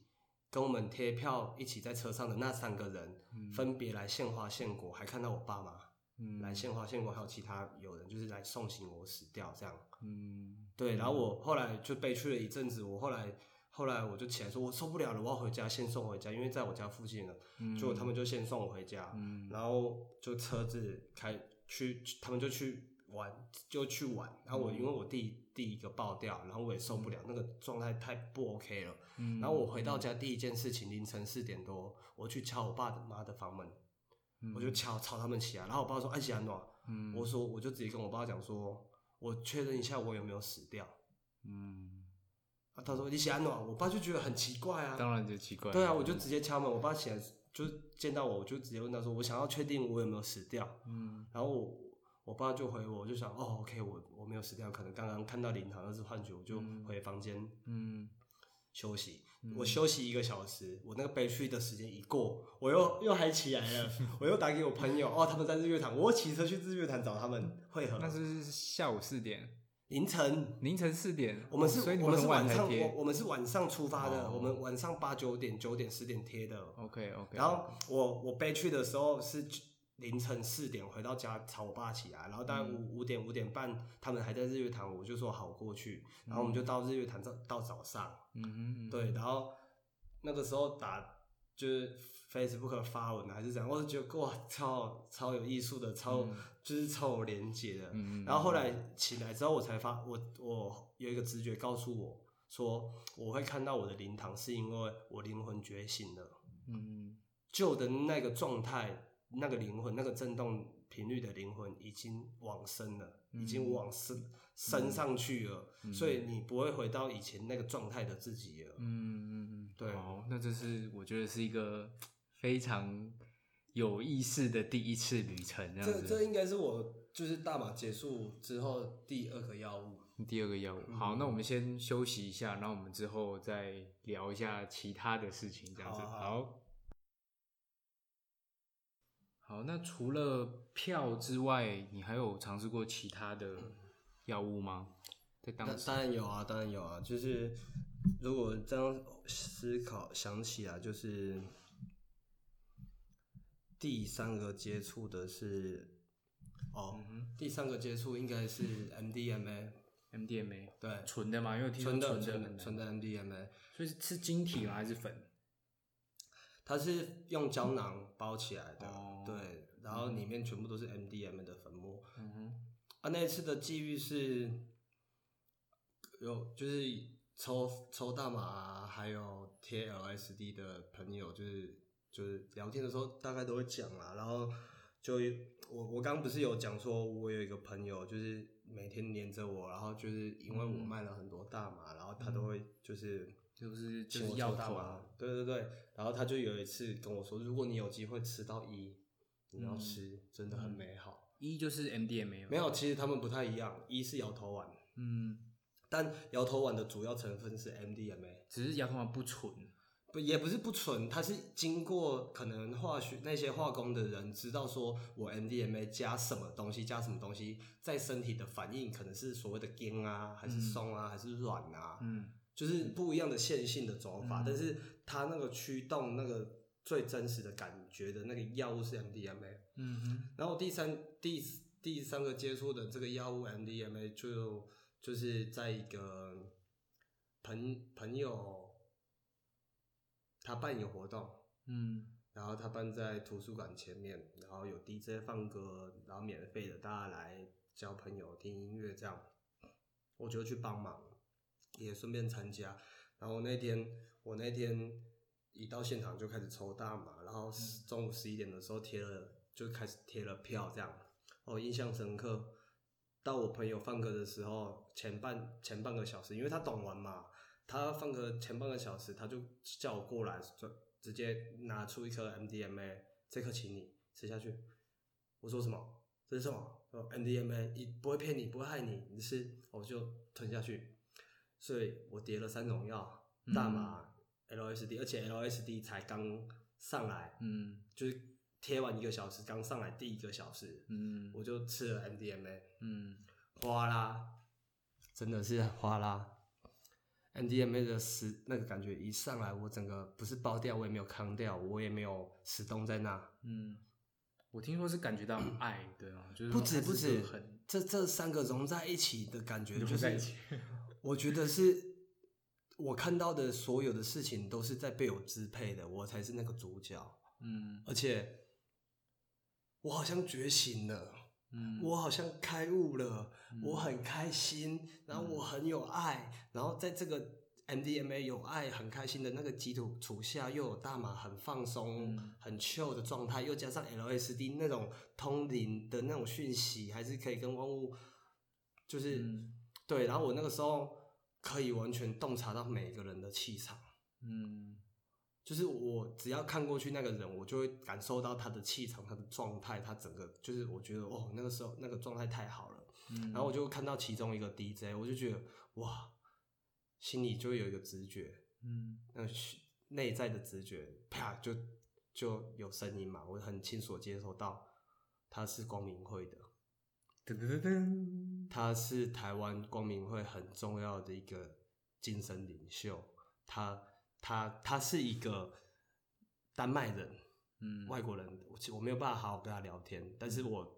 S1: 跟我们贴票一起在车上的那三个人，
S2: 嗯
S1: 分别来献花献果，还看到我爸妈
S2: 嗯
S1: 来献花献果，还有其他友人就是来送行我死掉这样。
S2: 嗯
S1: 对，然后我后来就悲催了一阵子，我后来后来我就起来说，我受不了了，我要回家，先送回家，因为在我家附近了，
S2: 嗯，
S1: 结果他们就先送我回家，
S2: 嗯
S1: 然后就车子开去，去他们就去玩，就去玩，然后
S2: 嗯
S1: 我因为我弟第一个爆掉，然后我也受不了，那个状态太不 OK 了，
S2: 嗯，
S1: 然后我回到家第一件事情，凌晨四点多，我去敲我爸的妈的房门，我就敲吵他们起来，然后我爸说，哎，喜安诺。
S2: 嗯
S1: 我说我就直接跟我爸讲说，我确认一下我有没有死掉。
S2: 嗯，
S1: 啊，他说你写安暖，我爸就觉得很奇怪啊。
S2: 当然就奇怪了，
S1: 对啊，我就直接敲门，我爸起来就是见到我，我就直接问他说，我想要确定我有没有死掉。
S2: 嗯
S1: 然后我我爸就回我，我就想哦，OK，我我没有死掉，可能刚刚看到灵堂那是幻觉，我就回房间
S2: 嗯
S1: 休息。我休息一个小时，我那个悲催的时间一过，我又又嗨起来 了，我又打给我朋友，哦，他们在日月潭，我骑车去日月潭找他们会合
S2: 那。是下午四点，
S1: 凌晨
S2: 凌晨四点，
S1: 我们是，
S2: 哦所以你
S1: 我们是
S2: 很晚
S1: 晚
S2: 才
S1: 上，
S2: 贴
S1: 我我们是晚上出发的，
S2: 哦
S1: 我们晚上八九点、九点、十点贴的。哦
S2: ，OK OK，
S1: 然后我我背去的时候是凌晨四点回到家，吵我爸起来，然后大概
S2: 嗯
S1: 五五点五点半，他们还在日月潭，我就说好过去，然后我们就到日月潭到到早上，
S2: 嗯哼，嗯
S1: 对，然后那个时候打就是 Facebook 发文啊还是怎样，我就觉得哇超超有艺术的，超、就是超有连接的，
S2: 嗯嗯
S1: 然后后来起来之后，我才发我我有一个直觉告诉我说，我会看到我的灵堂，是因为我灵魂觉醒了，
S2: 嗯
S1: 旧的那个状态，那个灵魂，那个震动频率的灵魂已经往生了，已
S2: 嗯
S1: 经往升升上去了，所以你不会回到以前那个状态的自己了。
S2: 嗯嗯嗯，
S1: 对
S2: 好，那这是我觉得是一个非常有意思的第一次旅程，这
S1: 这
S2: 样
S1: 这
S2: 子。
S1: 应该是我就是大马结束之后第二个药物。
S2: 第二个药物，好，那我们先休息一下，然后我们之后再聊一下其他的事情，这样子。
S1: 好好
S2: 好，好，那除了票之外，你还有尝试过其他的药物吗？在
S1: 那
S2: 当时，
S1: 当然有啊，当然有啊，就是如果这样思考想起来，就是第三个接
S2: 嗯
S1: 触的是哦，第三个接触应该是 MDMA，
S2: MDMA
S1: 对，
S2: 纯的嘛，因为我听
S1: 纯
S2: 说
S1: 的
S2: 纯
S1: 纯
S2: 的很
S1: 的纯
S2: 难，
S1: 的 MDMA，
S2: 所以是是晶体吗？还是粉？
S1: 它是用胶囊包起来的，
S2: 哦
S1: 对，然后里面全部都是 MDMA 的粉末。
S2: 嗯哼，
S1: 啊，那一次的际遇是有就是抽抽大麻、啊，还有贴 LSD 的朋友，就是就是聊天的时候大概都会讲啦、然后就我我刚刚不是有讲说，我有一个朋友就是每天黏着我，然后就是因为我卖了很多大麻，然后他都会就是。
S2: 就是就
S1: 嗯请
S2: 是
S1: 我
S2: 药
S1: 抽大
S2: 头
S1: 麻，对对对，然后他就有一次跟我说，如果你有机会吃到一，你要
S2: 嗯
S1: 吃，真的很
S2: 嗯
S1: 美好。
S2: 一就是 MDMA 嘛
S1: 没有，，其实他们不太一样，一是摇头丸，
S2: 嗯，
S1: 但摇头丸的主要成分是 MDMA，
S2: 只是摇头丸不纯，
S1: 不也不是不纯，它是经过可能化学那些化工的人知道说我 MDMA 加什么东西加什么东西在身体的反应，可能是所谓的硬啊，还是
S2: 嗯
S1: 松啊，还是软啊，
S2: 嗯
S1: 就是不一样的线性的走法，
S2: 嗯
S1: 但是它那个驱动那个最真实的感觉的那个药物是 MDMA。
S2: 嗯哼，
S1: 然后第三第第三个接触的这个药物 MDMA 就就是在一个朋朋友他办一个活动，
S2: 嗯
S1: 然后他办在图书馆前面，然后有 DJ 放歌，然后免费的大家来交朋友、听音乐这样，我就去帮忙，也顺便参加。然后那天我那天一到现场就开始抽大麻，然后十中午十一点的时候贴了，就开始贴了票这样，我哦印象深刻。到我朋友放歌的时候，前半前半个小时，因为他懂玩嘛，他放歌前半个小时，他就叫我过来，就直接拿出一颗 MDMA，这颗请你吃下去。我说什么？这是什么？哦，MDMA，一不会骗你，不会害你，你吃，我就吞下去。所以我叠了三种药，大麻、LSD，而且 LSD 才刚上来，
S2: 嗯
S1: 就是贴完一个小时，刚上来第一个小时，
S2: 嗯
S1: 我就吃了 MDMA。
S2: 嗯
S1: 哗啦，真的是哗啦。MDMA 的时那个感觉一上来，我整个不是爆掉，我也没有扛掉，我也没有始终在那。
S2: 嗯，我听说是感觉到很爱，对吗？就是
S1: 不
S2: 说
S1: 止
S2: 它是
S1: 不止
S2: 个很，
S1: 这这三个融在一起的感觉，
S2: 融
S1: 就是
S2: 在一起
S1: 我觉得是我看到的所有的事情都是在被我支配的，我才是那个主角，
S2: 嗯
S1: 而且我好像觉醒了。
S2: 嗯，
S1: 我好像开悟了，
S2: 嗯
S1: 我很开心，然后我很有爱，然后在这个 MDMA 有爱、很开心的那个基础础下，又有大麻很放松、
S2: 嗯
S1: 很 chill 的状态，又加上 LSD 那种通灵的那种讯息，还是可以跟万物，就是、
S2: 嗯
S1: 对。然后我那个时候可以完全洞察到每个人的气场。
S2: 嗯
S1: 就是我只要看过去那个人，我就会感受到他的气场、他的状态、他整个，就是我觉得哦，那个时候那个状态太好了。
S2: 嗯，
S1: 然后我就看到其中一个 DJ，我就觉得哇，心里就会有一个直觉，
S2: 嗯
S1: 那个虚内在的直觉，啪就就有声音嘛，我很清楚地接收到，他是光明会的，
S2: 噔噔噔噔，
S1: 他是台湾光明会很重要的一个精神领袖，他他他是一个丹麦人，
S2: 嗯
S1: 外国人，我其我没有办法好好跟他聊天，但是我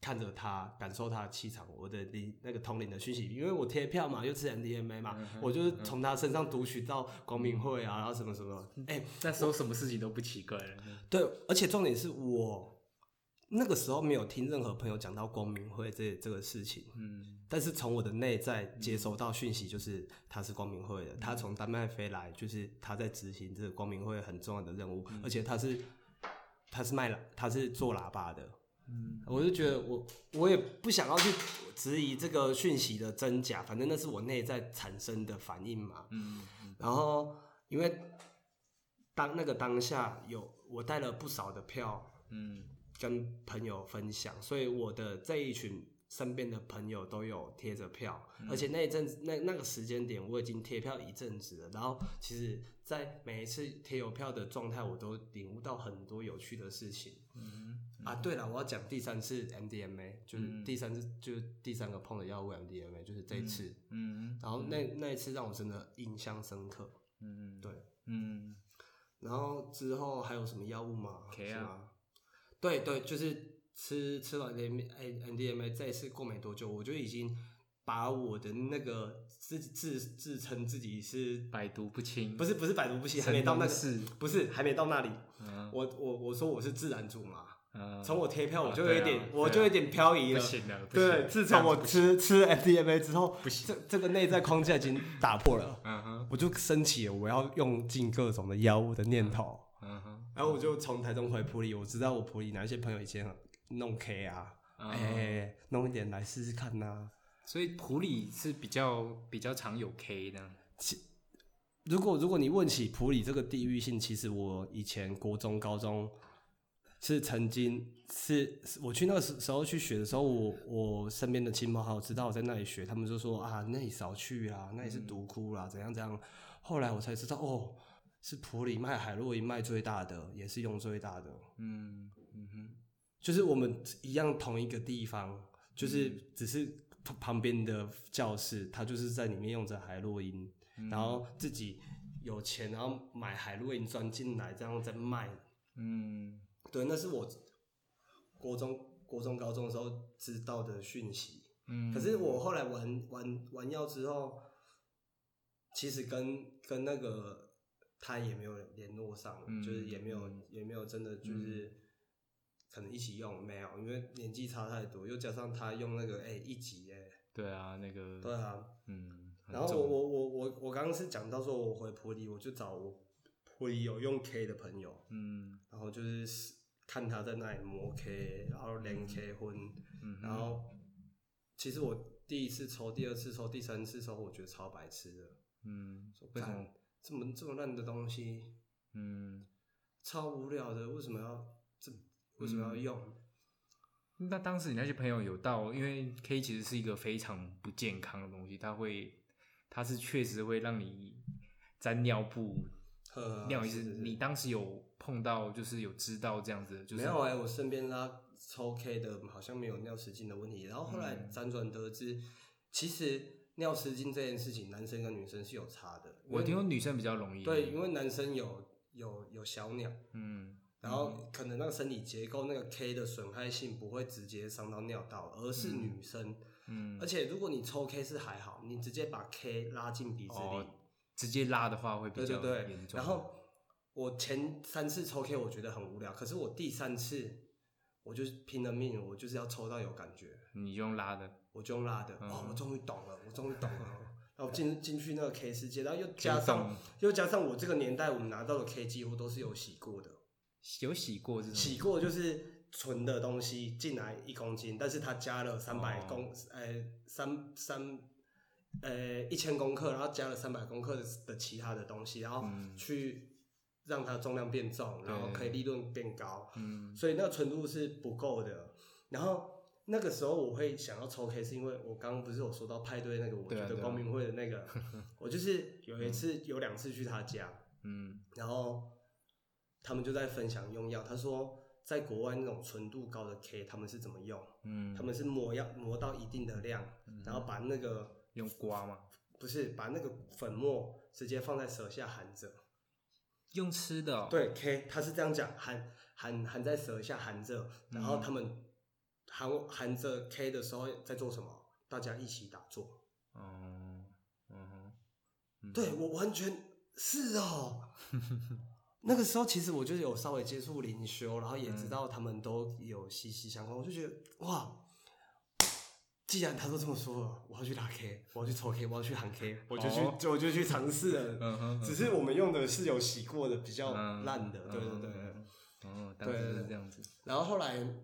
S1: 看着他，感受他的气场，我的灵那个通灵的讯息，因为我贴票嘛，又吃 MDMA 嘛，
S2: 嗯哼
S1: 我就是从他身上读取到光明会啊，然后什么什么，
S2: 嗯
S1: 哎、
S2: 那时候什么事情都不奇怪了，
S1: 对，而且重点是我那个时候没有听任何朋友讲到光明会这这个事情，
S2: 嗯
S1: 但是从我的内在接收到讯息，就是他是光明会
S2: 嗯
S1: 的，他从丹麦飞来，就是他在执行这个光明会很重要的任务，
S2: 嗯
S1: 而且他是他是卖喇他是做喇叭的，
S2: 嗯
S1: 我就觉得我我也不想要去质疑这个讯息的真假，反正那是我内在产生的反应嘛。
S2: 嗯嗯
S1: 然后因为当那个当下有我带了不少的票，
S2: 嗯
S1: 跟朋友分享，所以我的这一群身边的朋友都有贴着票，而且那一阵子那那个时间点我已经贴票一阵子了，然后其实，在每一次贴邮票的状态，我都领悟到很多有趣的事情。
S2: 嗯
S1: 啊，对了，我要讲第三次 MDMA，就是
S2: 嗯
S1: 第三次、就是第三个碰的药物 MDMA，就是这一次。
S2: 嗯
S1: 然后那那一次让我真的印象深刻。
S2: 嗯
S1: 对，
S2: 嗯
S1: 然后之后还有什么药物吗？
S2: K 啊
S1: 是吗？哎对对，就是吃吃完 M N D M A 再一次过没多久，我就已经把我的那个自自自称自己是
S2: 百毒不侵，
S1: 不是
S2: 是
S1: 不是百毒不侵，还没到那个
S2: 是，
S1: 不是还没到那里。
S2: 嗯
S1: 我我我说我是自然组嘛，
S2: 嗯，
S1: 从我贴票我
S2: 啊
S1: 就有
S2: 对
S1: 一
S2: 啊
S1: 点、
S2: 对
S1: 我
S2: 啊
S1: 就有点漂移
S2: 不
S1: 了。
S2: 行了，不行
S1: 对，
S2: 了
S1: 自
S2: 这样
S1: 从
S2: 子
S1: 我
S2: 不行
S1: 吃吃 MDMA 之后，
S2: 不行
S1: 这这个内在框架已经打破了，
S2: 嗯哼
S1: 我就升起了我要用尽各种的药物的念头。
S2: 嗯哼，
S1: 然后我就从台中回普里，我知道我普里哪一些朋友以前很弄 K 啊，哎、
S2: 嗯
S1: 弄一点来试试看呐、
S2: 所以普里是比较比较常有 K 的，
S1: 如果如果你问起普里这个地域性，其实我以前国中、高中是曾经是是我去那个时时候去学的时候，我我身边的亲朋好友知道我在那里学，他们就说啊，那里少去啦，那里是毒窟啦，怎样怎样。后来我才知道，哦，是普里卖海洛因卖最大的，也是用最大的，
S2: 嗯嗯哼，
S1: 就是我们一样同一个地方，就是只是旁旁边的教室，他就是在里面用着海洛因。
S2: 嗯
S1: 然后自己有钱，然后买海洛因钻进来，这样再卖。
S2: 嗯
S1: 对，那是我国中、国中、高中的时候知道的讯息。
S2: 嗯，
S1: 可是我后来玩玩玩药之后，其实跟跟那个他也没有联络上，
S2: 嗯
S1: 就是也没有
S2: 嗯
S1: 也没有真的就是。可能一起用没有，因为年纪差太多，又加上他用那个哎、一级哎、
S2: 对啊，那个
S1: 对啊，
S2: 嗯，很
S1: 然后
S2: 重
S1: 我我我我我刚刚是讲到说，我回普里，我就找我普里有用 K 的朋友，
S2: 嗯
S1: 然后就是看他在那里磨 K，然后连 K 婚，
S2: 嗯，
S1: 然后其实我第一次抽、第二次抽、第三次抽，我觉得超白痴的，
S2: 嗯
S1: 说
S2: 为什么
S1: 干这么这么烂的东西，
S2: 嗯。
S1: 超无聊的，为什么要这为什么
S2: 嗯
S1: 要用？
S2: 那当时你那些朋友有到，因为 K 其实是一个非常不健康的东西，它会，它是确实会让你沾尿布、
S1: 呵，
S2: 尿意思。
S1: 是是是
S2: 你当时有碰到，就是有知道这样子的，就
S1: 没
S2: 是
S1: 有哎、我身边拉抽 K 的好像没有尿失禁的问题，然后后来
S2: 嗯
S1: 辗转得知，其实尿失禁这件事情，男生跟女生是有差的。因
S2: 我
S1: 为
S2: 听说女生比较容易。
S1: 对，因为男生有有有小鸟，
S2: 嗯
S1: 然后可能那个生理结构那个 K 的损害性不会直接伤到尿道，而是女生。
S2: 嗯
S1: 而，且如果你抽 K 是还好，你直接把 K 拉进鼻子里，
S2: 哦直接拉的话会比
S1: 对对
S2: 较
S1: 对
S2: 严，重。
S1: 然后我前三次抽 K 我觉得很无聊，可是我第三次我就是拼了命，我就是要抽到有感觉，
S2: 你就用拉的，
S1: 我就用拉的，
S2: 嗯
S1: 哦，我终于懂了，我终于懂了。然后进进去那个 K 世界，然后又
S2: 可以
S1: 加上
S2: 动
S1: 又加上我这个年代，我们拿到的 K 几乎都是有洗过的，
S2: 有洗过这种
S1: 洗过就是纯的东西进来一公斤，但是它加了三百
S2: 哦
S1: 公，呃，三三，呃，一千公克，然后加了三百公克的的其他的东西，然后
S2: 嗯
S1: 去让它重量变重，然后可以利润变高，
S2: 嗯
S1: 所以那个纯度是不够的。然后那个时候我会想要抽 K，是因为我刚刚不是有说到派对那个，我
S2: 对啊
S1: 觉得
S2: 对啊
S1: 光明会的 那个，我就是有一次有两次去他家，
S2: 嗯
S1: 然后他们就在分享用药，他说在国外那种纯度高的 K 他们是怎么用？
S2: 嗯，
S1: 他们嗯是磨药磨到一定的量，然后把那个
S2: 用刮嘛，
S1: 不是把那个粉末直接放在舌下含着。
S2: 用吃的、哦。，
S1: 对 K 他是这样讲，含含含在舌下含着，然后他们含含着 K 的时候在做什么？大家一起打坐。
S2: 哦，嗯哼，嗯
S1: 对我完全是哦。 那个时候其实我就是有稍微接触灵修，然后也
S2: 嗯
S1: 知道他们都有息息相关，我就觉得哇，既然他都这么说了，我要去打 K，我要去抽 K，我要去喊 K，我就去、
S2: 哦
S1: 就我就去尝试了。
S2: 嗯哼，
S1: 只是我们用的是有洗过的，比较
S2: 嗯
S1: 烂的，对对对。
S2: 嗯哦，当时就是这样子。
S1: 然后后来，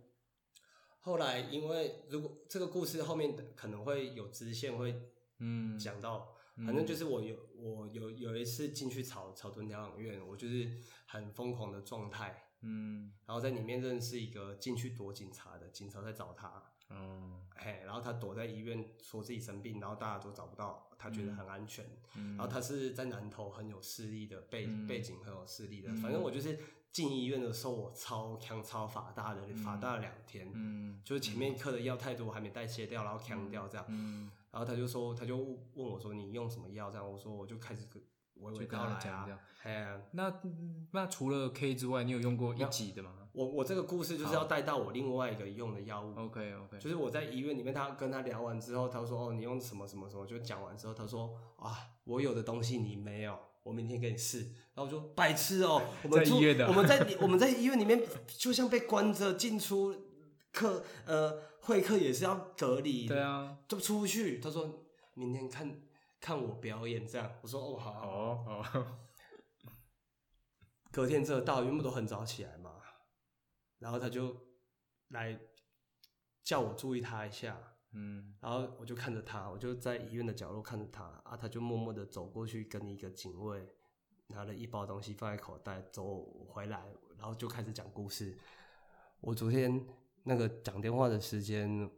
S1: 后来因为如果这个故事后面可能会有支线会
S2: 嗯，
S1: 讲到，反正就是我有我有有一次进去草草屯疗养院，我就是很疯狂的状态，
S2: 嗯，
S1: 然后在里面认识一个进去躲警察的，警察在找他，
S2: 哦，
S1: 嘿，然后他躲在医院说自己生病，然后大家都找不到，他觉得很安全，
S2: 嗯
S1: 然后他是在南投很有势力的，背、
S2: 嗯
S1: 背景很有势力的，
S2: 嗯
S1: 反正我就是进医院的时候我超强超法大的，法大了两天，
S2: 嗯，
S1: 就是前面嗑的药太多还没代谢掉，然后强掉这样。
S2: 嗯
S1: 然后他就说，他就问我说你用什么药这样，我说我就开始娓
S2: 就
S1: 娓
S2: 跟
S1: 道
S2: 他
S1: 来
S2: 讲这
S1: 啊
S2: 样。
S1: 哎呀，
S2: 那那除了 K 之外，你有用过一级的吗
S1: 我我这个故事就是要带到我另外一个用的药物，
S2: ？OK OK，
S1: 就是我在医院里面，他跟他聊完之后，他说：“哦，你用什么什么什么？”就讲完之后，他说：“啊，我有的东西你没有，我明天给你试。”然后我就白痴哦、我们
S2: 在
S1: 住
S2: 医院的
S1: 我们在我们在医院里面，就像被关着，进出课呃会客也是要隔离，
S2: 对，啊，
S1: 就出不去。他说：“明天看看我表演。”这样，我说：“哦，好。好好
S2: 哦哦，
S1: 隔天真的到，因为我们都很早起来嘛，然后他就来叫我注意他一下。
S2: 嗯，
S1: 然后我就看着他，我就在医院的角落看着他啊，他就默默的走过去，跟一个警卫拿了一包东西放在口袋，走回来，然后就开始讲故事。我昨天那个讲电话的时间，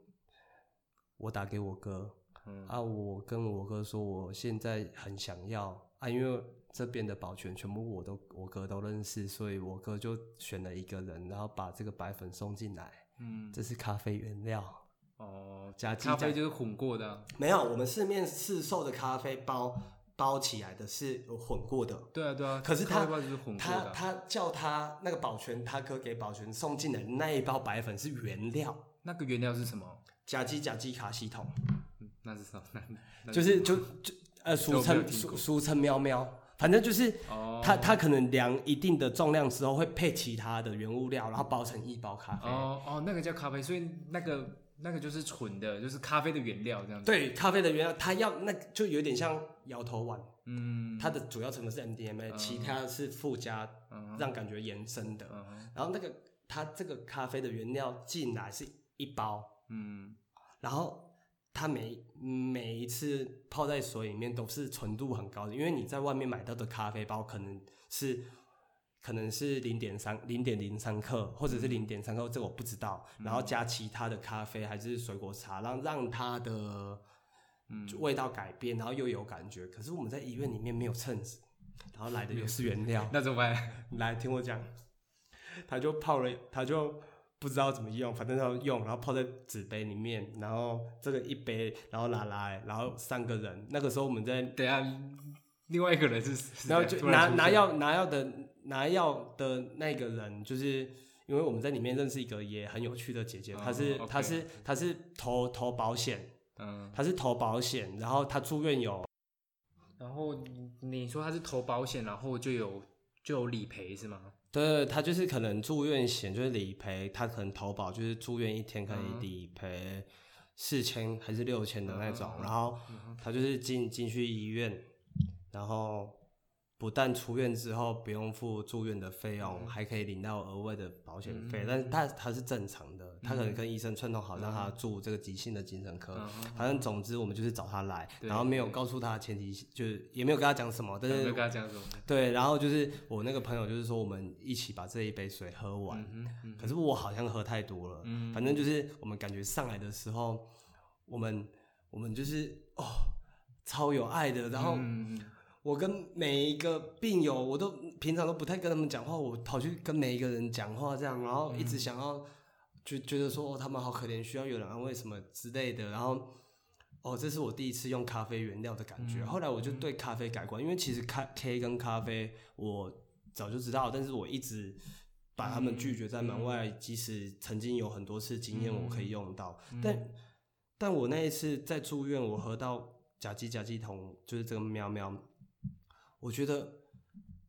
S1: 我打给我哥，
S2: 嗯
S1: 啊，我跟我哥说我现在很想要啊，因为这边的保全全部我都我哥都认识，所以我哥就选了一个人，然后把这个白粉送进来，
S2: 嗯，
S1: 这是咖啡原料。
S2: 哦，
S1: 加鸡
S2: 咖
S1: 蛋
S2: 啡就是混过的啊、
S1: 没有，我们市面市售的咖啡包包起来的是有混过的，
S2: 对啊对啊，
S1: 可是
S2: 咖
S1: 他
S2: 啡包就是混过的
S1: 他
S2: 啊、
S1: 他叫他那个保全，他哥给保全送进来的那一包白粉是原料，
S2: 那个原料是什么？
S1: 甲基甲基卡系统，
S2: 嗯，那是什么？那 那
S1: 就是就就呃俗
S2: 这我没有
S1: 称
S2: 听
S1: 俗
S2: 过
S1: 俗称喵喵，反正就是
S2: 哦，
S1: 他他可能量一定的重量之后会配其他的原物料，然后包成一包咖啡。
S2: 哦哦，那个叫咖啡，所以那个那个就是纯的，就是咖啡的原料这样子。，
S1: 对，咖啡的原料，它要那就有点像摇头丸，
S2: 嗯，
S1: 它的主要成分是 MDMA，、其他是附加
S2: 嗯
S1: 让感觉延伸的。
S2: 嗯
S1: 然后那个它这个咖啡的原料进来是一包，
S2: 嗯
S1: 然后它每每一次泡在水里面都是纯度很高的，因为你在外面买到的咖啡包可能是可能是零点三零点零三克，或者是零点三克，这个我不知道。然后加其他的咖啡还是水果茶，让让它的
S2: 嗯，
S1: 味道改变，然后又有感觉。可是我们在医院里面没有秤子，然后来的又是原料，
S2: 那怎么办？
S1: 来听我讲，他就泡了，他就不知道怎么用，反正他用，然后泡在纸杯里面，然后这个一杯，然后拿来，然后三个人，那个时候我们在，
S2: 等一下，另外一个人是是
S1: 然后就
S2: 谁突
S1: 拿
S2: 然出
S1: 拿
S2: 现
S1: 药拿药的拿药的那个人，就是因为我们在里面认识一个也很有趣的姐姐，
S2: 哦
S1: 她是
S2: OK
S1: 她是她是投投保险，
S2: 嗯，
S1: 她是投保险，然后她住院有
S2: 然后你你说他是投保险，然后就有就有理赔是吗？
S1: 对，他就是可能住院险就是理赔，他可能投保就是住院一天可
S2: 嗯
S1: 以理赔四千还是六千的那种，
S2: 嗯
S1: 然后他就是进进去医院，然后不但出院之后不用付住院的费用，
S2: 嗯
S1: 还可以领到额外的保险费，但是他他是正常的，他可
S2: 嗯
S1: 能跟医生串通好让他住这个急性的精神科，反正总之我们就是找他来，
S2: 嗯对
S1: 然后没有告诉他的前提就是也没有跟他讲什么，但
S2: 有没
S1: 是
S2: 有跟他讲什么？
S1: 对，然后就是我那个朋友，就是说我们一起把这一杯水喝完，
S2: 嗯哼嗯
S1: 可是我好像喝太多了，
S2: 嗯
S1: 反正就是我们感觉上来的时候，我们我们就是哦超有爱的，然后
S2: 嗯，嗯
S1: 我跟每一个病友，我都平常都不太跟他们讲话，我跑去跟每一个人讲话，这样，然后一直想要就觉得说、哦、他们好可怜，需要有人安慰什么之类的，然后。哦，这是我第一次用咖啡原料的感觉。后来我就对咖啡改观，因为其实咖 K 跟咖啡我早就知道，但是我一直把他们拒绝在门外。即使曾经有很多次经验，我可以用到，但但我那一次在住院，我喝到甲基甲基酮，就是这个喵喵，我觉得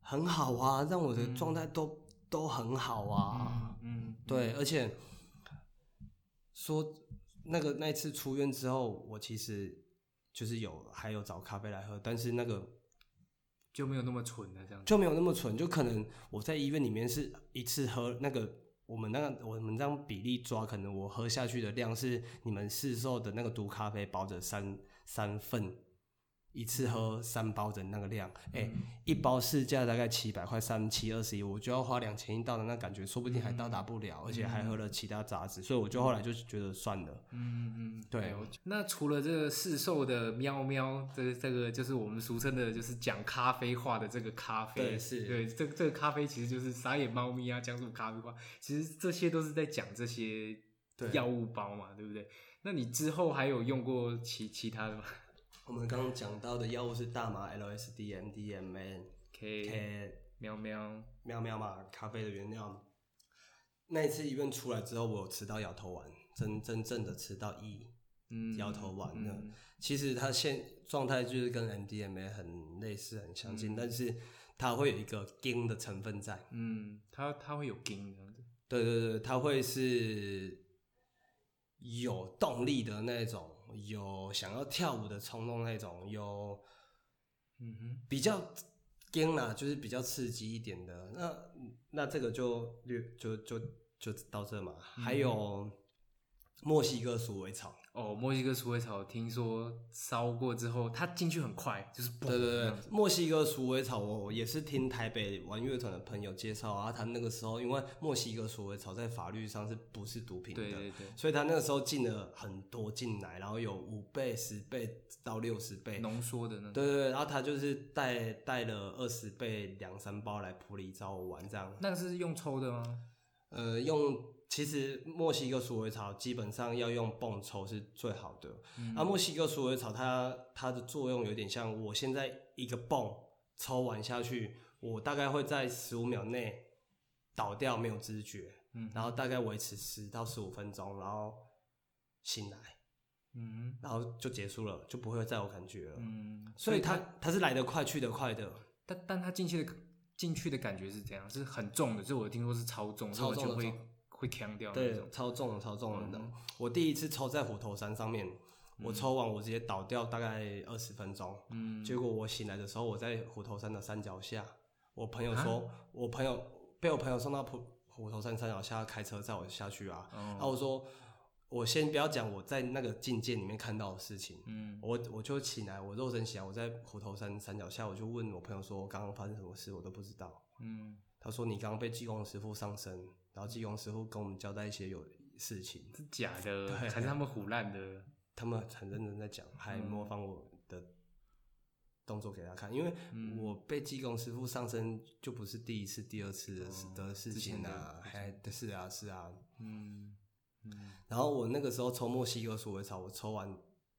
S1: 很好啊，让我的状态都、都很好啊。
S2: 嗯嗯，
S1: 对，而且说那个那一次出院之后，我其实就是有还有找咖啡来喝，但是那个
S2: 就没有那么蠢了这样子。
S1: 就没有那么纯，就可能我在医院里面是一次喝那个。我们那个我们这样比例抓，可能我喝下去的量是你们市售的那个毒咖啡包的三三份，一次喝三包的那个量，哎、
S2: 嗯
S1: 一包市价大概七百块，三七二十一，我就要花两千一到的那感觉，说不定还到达不了，而且还喝了其他杂质，所以我就后来就觉得算了。
S2: 嗯嗯，嗯，
S1: 对
S2: 了解那除了这个市售的喵喵，这个这个就是我们俗称的，就是讲咖啡话的这个咖啡，
S1: 对是
S2: 对，这个这个咖啡其实就是傻眼猫咪啊，讲什么咖啡话，其实这些都是在讲这些
S1: 对
S2: 药物包嘛，对不对？那你之后还有用过其其他的吗？
S1: 我们刚刚讲到的药物是大麻、LSD、MDMA、
S2: K
S1: K
S2: 喵喵，
S1: 喵喵嘛，咖啡的原料。那一次医院出来之后，我有吃到摇头丸，真真正的吃到一、
S2: 嗯，
S1: 摇头丸了。
S2: 嗯
S1: 其实它现状态就是跟 MDMA 很类似、很相近，但是它会有一个丁的成分在。
S2: 嗯，它它会有筋这样子，
S1: 对对对，它会是有动力的那种，有想要跳舞的冲动那种，有
S2: 嗯哼，
S1: 比较惊啦，就是比较刺激一点的。那那这个就略就就就到这嘛。还有墨西哥鼠尾草，
S2: 哦，墨西哥鼠尾草听说烧过之后，它进去很快，就是嘣
S1: 对
S2: 这
S1: 对对
S2: 样子，
S1: 墨西哥鼠尾草，我我也是听台北玩乐团的朋友介绍啊，他那个时候因为墨西哥鼠尾草在法律上是不是毒品的，
S2: 对对对，
S1: 所以他那个时候进了很多进来，然后有五倍、十倍到六十倍，
S2: 浓缩的那
S1: 哎
S2: 种。
S1: 对对对，然后他就是带带了二十倍两三包来普里找我玩这样。
S2: 那个是用抽的吗？
S1: 呃，用其实墨西哥鼠尾草基本上要用泵抽是最好的。
S2: 嗯
S1: 啊，墨西哥鼠尾草它它的作用有点像我现在一个泵抽完下去，我大概会在十五秒内倒掉没有知觉，
S2: 嗯
S1: 然后大概维持十到十五分钟，然后醒来，
S2: 嗯
S1: 然后就结束了，就不会再有感觉了。
S2: 嗯，
S1: 所以它它是来得快去得快的，
S2: 但但它进去的进去的感觉是怎样？是很重的，这我听说是超重，
S1: 超重的
S2: 所以我就
S1: 重
S2: 会会呛掉那
S1: 对
S2: 种，。
S1: 超重的超重的。
S2: 嗯
S1: 我第一次抽在虎头山上面，我抽完我直接倒掉大概二十分钟，
S2: 嗯，
S1: 结果我醒来的时候我在虎头山的山脚下，我朋友
S2: 啊
S1: 说，我朋友被我朋友送到虎虎头山山脚下开车载我下去啊，然后
S2: 哦，
S1: 我说我先不要讲我在那个境界里面看到的事情，
S2: 嗯
S1: 我我就起来，我肉身起来，我在虎头山山脚下，我就问我朋友说，刚刚发生什么事，我都不知道。
S2: 嗯，
S1: 他说你刚刚被济公师傅上身，然后济公师傅跟我们交代一些有事情，
S2: 是假的，还是他们唬烂的？
S1: 他们很认真在讲，还模仿我的动作给他看，因为我被济公师傅上身就不是第一次、第二次的事、哦的事情啊，还是啊是啊。
S2: 嗯嗯
S1: 然后我那个时候抽墨西哥鼠尾草，我抽完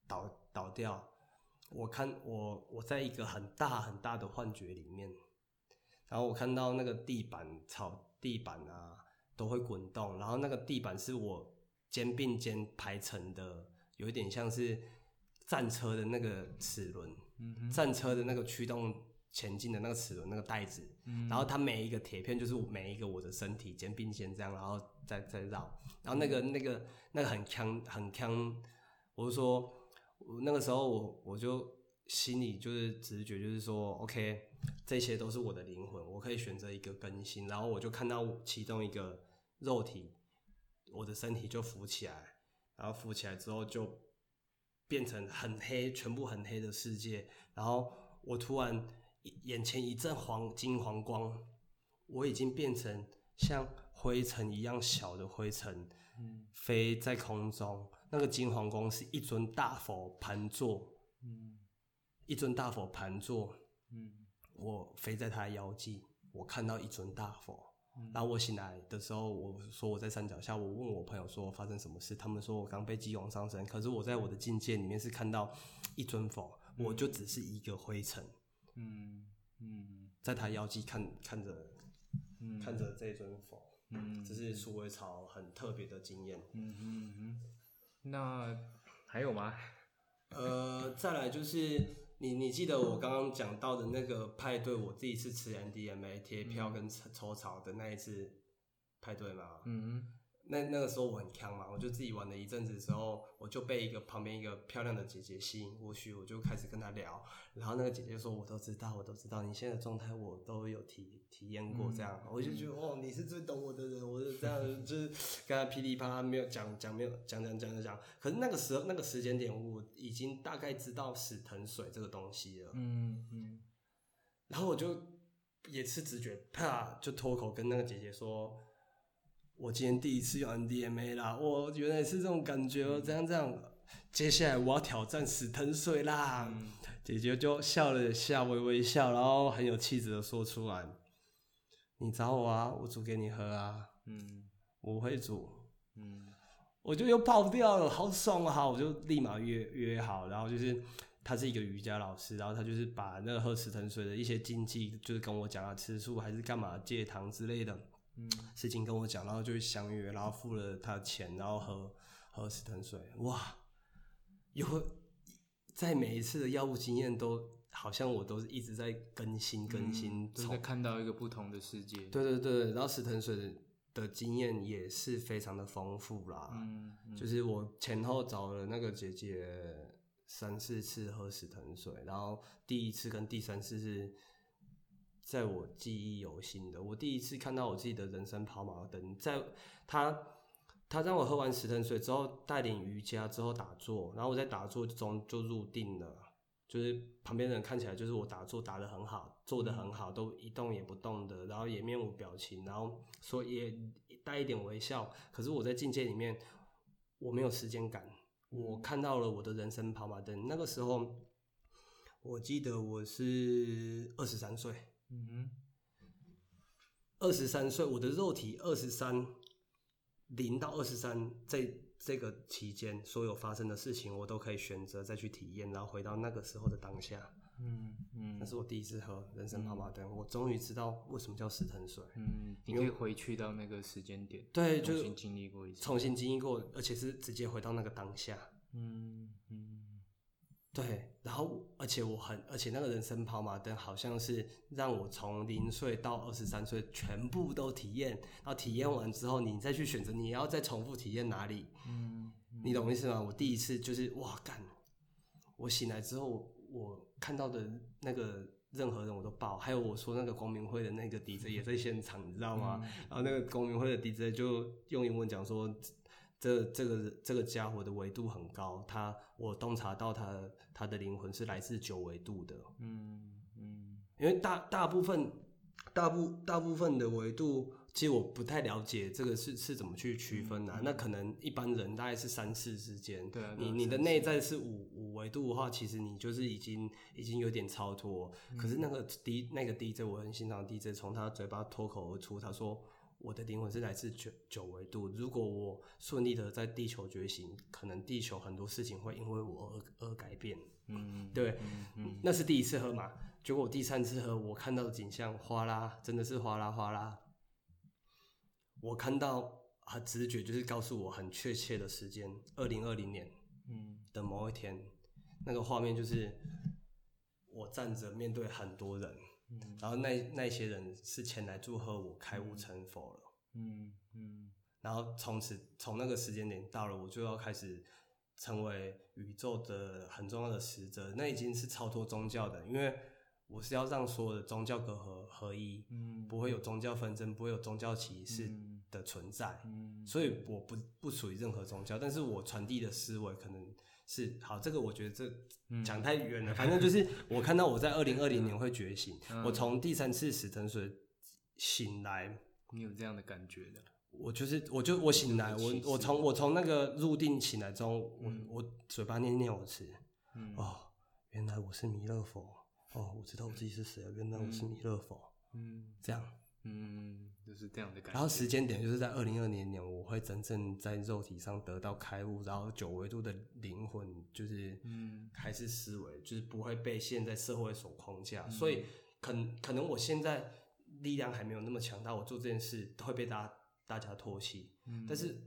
S1: 倒倒掉，我看我我在一个很大很大的幻觉里面，然后我看到那个地板草地板啊都会滚动，然后那个地板是我肩并肩排成的，有一点像是战车的那个齿轮，
S2: 嗯哼
S1: 战车的那个驱动前进的那个齿轮那个带子，
S2: 嗯
S1: 然后它每一个铁片就是每一个我的身体肩并肩这样，然后再再绕，然后那个那个那个很强很强，我就说我那个时候我我就心里就是直觉就是说，OK，这些都是我的灵魂，我可以选择一个更新，然后我就看到其中一个肉体，我的身体就浮起来，然后浮起来之后就变成很黑，全部很黑的世界。然后我突然一眼前一阵黄金黄光，我已经变成像灰尘一样小的灰尘，
S2: 嗯
S1: 飞在空中。那个金黄光是一尊大佛盘坐，
S2: 嗯
S1: 一尊大佛盘坐，
S2: 嗯
S1: 我飞在他的腰际，我看到一尊大佛。然后我醒来的时候，我说我在山脚下，我问我朋友说发生什么事，他们说我刚被基隆上身，可是我在我的境界里面是看到一尊佛，我就只是一个灰尘，
S2: 嗯嗯
S1: 在他腰际看看着
S2: 嗯，
S1: 看着这尊佛，
S2: 嗯
S1: 这是鼠尾草很特别的经验。
S2: 嗯嗯嗯，那还有吗？
S1: 呃，再来就是你你记得我刚刚讲到的那个派对，我第一次吃 MDMA 贴票跟抽草的那一次派对吗？
S2: 嗯
S1: 那那个时候我很强嘛，我就自己玩了一阵子之后，我就被一个旁边一个漂亮的姐姐吸引过去，我就开始跟她聊，然后那个姐姐说：“我都知道，我都知道，你现在的状态我都有体体验过。”这样，我就觉得哦，你是最懂我的人，我就这样就是跟她噼里啪啦没有讲讲没有讲讲讲讲讲。可是那个时候那个时间点，我已经大概知道死藤水这个东西了，
S2: 嗯嗯
S1: 然后我就也是直觉，啪就脱口跟那个姐姐说：“我今天第一次用 MDMA 啦，我原来是这种感觉哦，这样这样。”接下来我要挑战死藤水啦！
S2: 嗯
S1: 姐姐就笑了笑，微微笑，然后很有气质的说出来：“你找我啊，我煮给你喝啊，
S2: 嗯
S1: 我会煮。”
S2: 嗯
S1: 我就又爆掉了，好爽啊！我就立马约约好，然后就是他是一个瑜伽老师，然后他就是把那个喝死藤水的一些禁忌，就是跟我讲啊，吃素还是干嘛戒糖之类的
S2: 嗯，
S1: 事情跟我讲，然后就相约，然后付了他钱，然后喝喝死藤水，哇，有在每一次的药物经验都好像我都是一直在更新更新，
S2: 都
S1: 从
S2: 在看到一个不同的世界。，
S1: 对对对，然后死藤水的经验也是非常的丰富啦。
S2: 嗯，嗯
S1: 就是我前后找了那个姐姐三四次喝死藤水，然后第一次跟第三次是在我记忆犹新的。我第一次看到我自己的人生跑马灯，在她她让我喝完死藤水之后，带领瑜伽之后打坐，然后我在打坐中就入定了。就是旁边的人看起来就是我打坐打得很好，做得很好，都一动也不动的，然后也面无表情，然后说也带一点微笑。可是我在境界里面，我没有时间感，我看到了我的人生跑马灯。那个时候，我记得我是二十三岁，
S2: 嗯哼，
S1: 二十三岁，我的肉体二十三零到二十三这这个期间，所有发生的事情，我都可以选择再去体验，然后回到那个时候的当下。
S2: 嗯嗯
S1: 那是我第一次喝人参跑马灯，我终于知道为什么叫死藤水。
S2: 嗯，你可以回去到那个时间点，
S1: 对，就
S2: 重
S1: 是
S2: 新经历过一次。
S1: 重新经历过，而且是直接回到那个当下。
S2: 嗯嗯
S1: 对，然后而且我很，而且那个人参跑马灯好像是让我从零岁到二十三岁全部都体验，然后体验完之后，你再去选择你要再重复体验哪里，
S2: 嗯，
S1: 你懂我意思吗？我第一次就是哇干，我醒来之后，我我看到的那个任何人我都爆，还有我说那个光明会的那个 DJ 也在现场，你知道吗？然后那个光明会的 DJ 就用英文讲说，这这个这个家伙的维度很高，他我洞察到他他的灵魂是来自九维度的，
S2: 嗯嗯
S1: 因为大大部分大部大部分的维度，其实我不太了解这个是是怎么去区分的、啊。那可能一般人大概是三四之间，
S2: 嗯对啊对
S1: 你你
S2: 啊
S1: 的
S2: 三四
S1: 内在是五五维度的话，其实你就是已经已经有点超脱。可是那
S2: 嗯
S1: 个 D 那个 DJ 我很欣赏的 DJ，从他嘴巴脱口而出，他说。我的灵魂是来自九九维度。如果我顺利的在地球觉醒，可能地球很多事情会因为我而而改变。
S2: 嗯，
S1: 对
S2: 嗯嗯
S1: 那是第一次喝嘛，结果我第三次喝，我看到的景象哗啦，真的是哗啦哗啦。我看到啊，直觉就是告诉我很确切的时间，二零二零年
S2: 嗯
S1: 的某一天，那个画面就是我站着面对很多人，
S2: 嗯
S1: 然后那那些人是前来祝贺我开悟成佛了。
S2: 嗯嗯
S1: 然后从此从那个时间点到了，我就要开始成为宇宙的很重要的使者。那已经是超脱宗教的，因为我是要让所有的宗教隔合合一，
S2: 嗯，
S1: 不会有宗教纷争，不会有宗教歧视
S2: 嗯
S1: 的存在。
S2: 嗯
S1: 所以我不不属于任何宗教，但是我传递的思维可能是好，这个我觉得这
S2: 嗯
S1: 讲太远了，反正 就是我看到我在二零二零年会觉醒，
S2: 嗯
S1: 我从第三次死藤水醒来，
S2: 你有这样的感觉的，
S1: 我就是，我就我醒来，我我从我从那个入定醒来之后，我我嘴巴念念我词，
S2: 嗯
S1: 哦，原来我是弥勒佛，哦，我知道我自己是谁了，原来我是弥勒佛，
S2: 嗯
S1: 这样。
S2: 嗯，就是这样的感
S1: 然后
S2: 觉。
S1: 时间点就是在二零二零年，我会真正在肉体上得到开悟，然后九维度的灵魂就是
S2: 嗯
S1: 还是思维，就是不会被现在社会所框架，
S2: 嗯
S1: 所以可能可能我现在力量还没有那么强大，我做这件事会被大家大家唾弃，
S2: 嗯
S1: 但是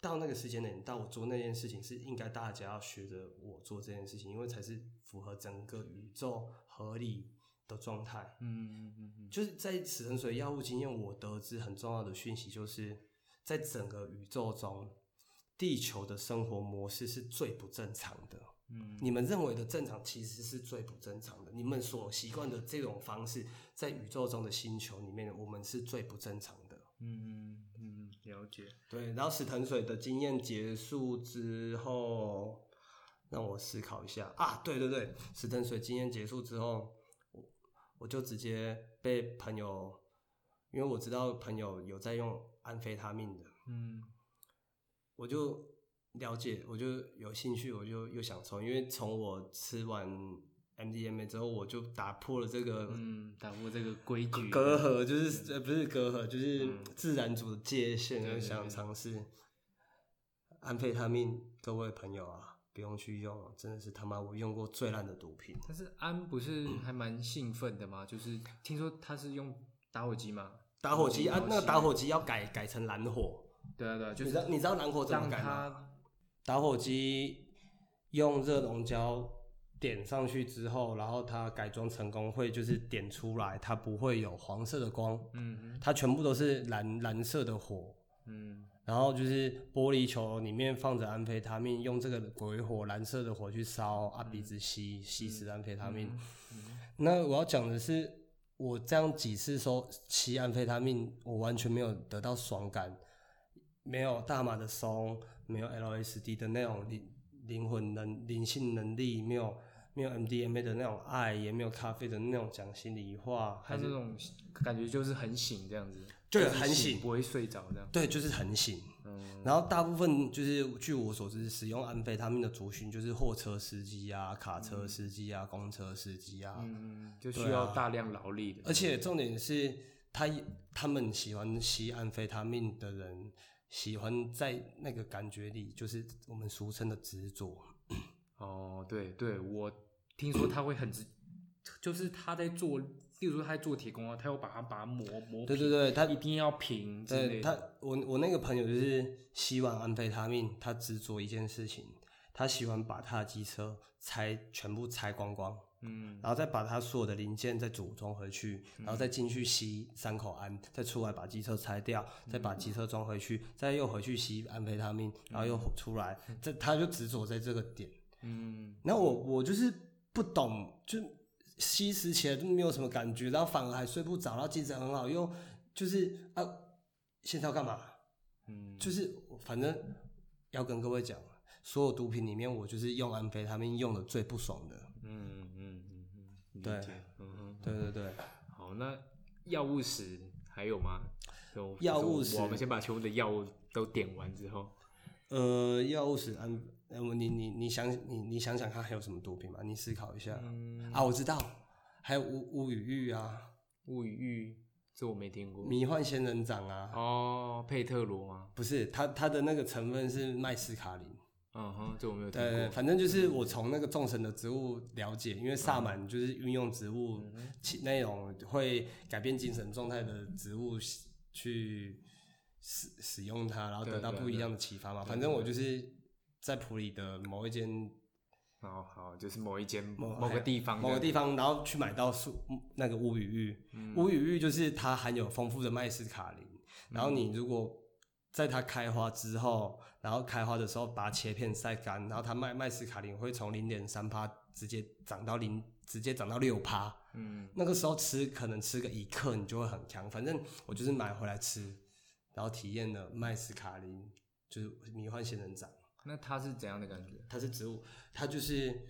S1: 到那个时间点，到我做那件事情是应该大家要学着我做这件事情，因为才是符合整个宇宙合理的状态。
S2: 嗯嗯嗯嗯
S1: 就是在死神水药物经验，我得知很重要的讯息，就是在整个宇宙中，地球的生活模式是最不正常的。
S2: 嗯，
S1: 你们认为的正常，其实是最不正常的。你们所习惯的这种方式，在宇宙中的星球里面，我们是最不正常的。
S2: 嗯嗯嗯，了解。
S1: 对，然后死藤水的经验结束之后，让我思考一下啊，对对对，死藤水经验结束之后，我我就直接被朋友，因为我知道朋友有在用安非他命的，
S2: 嗯
S1: 我就了解，我就有兴趣，我就又想抽，因为从我吃完 MDMA 之后，我就打破了这个
S2: 嗯，打破这个规矩。
S1: 隔阂就是呃不是隔阂，就是自然组的界限，
S2: 嗯对
S1: 就
S2: 对
S1: 想
S2: 对
S1: 尝试安非他命。各位朋友啊，不用去用了，真的是他妈我用过最烂的毒品。
S2: 但是安不是还蛮兴奋的吗？就是听说他是用打火机嘛，
S1: 打火
S2: 嗯
S1: 机啊，那个打
S2: 火
S1: 火机要改改成蓝火，
S2: 对啊对啊，就
S1: 你
S2: 是
S1: 知道你知道蓝火怎么
S2: 让
S1: 改吗？
S2: 他
S1: 打火机用热熔胶点上去之后，然后它改装成功会就是点出来，它不会有黄色的光，
S2: 嗯哼
S1: 它全部都是蓝蓝色的火。
S2: 嗯
S1: 然后就是玻璃球里面放着安非他命，用这个鬼火蓝色的火去烧啊，鼻子吸吸食安非他命。那我要讲的是，我这样几次收吸安非他命，我完全没有得到爽感，没有大麻的松，没有 LSD 的那种灵灵魂能灵性能力，没有没有 MDMA 的那种爱，也没有咖啡的那种讲心里话，
S2: 他
S1: 还
S2: 那
S1: 是
S2: 种感觉就是很醒这样子，
S1: 就是
S2: 是
S1: 很醒
S2: 不会睡着这样。
S1: 对，就是很醒。
S2: 嗯
S1: 然后大部分就是据我所知，使用安非他命的族群就是货车司机啊、卡车司机啊、公车司机啊，
S2: 嗯，就
S1: 对
S2: 需要
S1: 啊
S2: 大量劳力的，
S1: 而且重点是他他们喜欢吸安非他命的人，喜欢在那个感觉里，就是我们俗称的执着。
S2: 哦，对对，我听说他会很直，就是他在做，例如说他在做铁工啊，他要把它把它磨磨平，
S1: 对对对，他
S2: 一定要平之
S1: 对
S2: 类的。
S1: 他，我我那个朋友就是吸完安非他命，他执着一件事情，他喜欢把他的机车拆全部拆光光。
S2: 嗯，
S1: 然后再把它所有的零件再组装回去，然后再进去吸三口氨，再出来把机车拆掉，再把机车装回去，再又回去吸安非他命，然后又出来，这他就执着在这个点。
S2: 嗯，
S1: 那我我就是不懂，就吸食起来就没有什么感觉，然后反而还睡不着，然后精神很好，又就是啊，现在要干嘛？
S2: 嗯，
S1: 就是反正要跟各位讲，所有毒品里面，我就是用安非他命用的最不爽的。
S2: 嗯嗯嗯嗯，理
S1: 对
S2: 解，嗯嗯，
S1: 对对对。
S2: 好，那药物史还有吗？就
S1: 药
S2: 就是
S1: 物史
S2: 我们先把全部的药物都点完之后，
S1: 呃，药物史安，呃，我你你你想你你想想看还有什么毒品吗？你思考一下、
S2: 嗯，
S1: 啊，我知道，还有乌乌羽玉啊，
S2: 物与欲，这我没听过。
S1: 迷幻仙人掌啊，
S2: 哦，佩特罗吗？
S1: 不是它它的那个成分是麦斯卡林，
S2: 嗯哼，这我没有听
S1: 对，
S2: 过。
S1: 反正就是我从那个众神的植物了解，因为萨
S2: 嗯
S1: 满就是运用植物、其那种会改变精神状态的植物去使使用它，然后
S2: 对
S1: 得到
S2: 对
S1: 不一
S2: 对
S1: 样的启发嘛。反正我就是在普里的某一间
S2: 哦，好，就是某一间
S1: 某
S2: 某个地方的，
S1: 某个地方，然后去买到树那个乌羽玉，乌羽玉就是它含有丰富的麦斯卡林，然后你如果在它开花之后，然后开花的时候把它切片晒干，然后它麦麦斯卡林会从零点三趴直接涨到零，直接涨到六趴，
S2: 嗯，
S1: 那个时候吃可能吃个一克你就会很强，反正我就是买回来吃，然后体验了麦斯卡林就是迷幻仙人掌。
S2: 那它是怎样的感觉？
S1: 它是植物，它就是，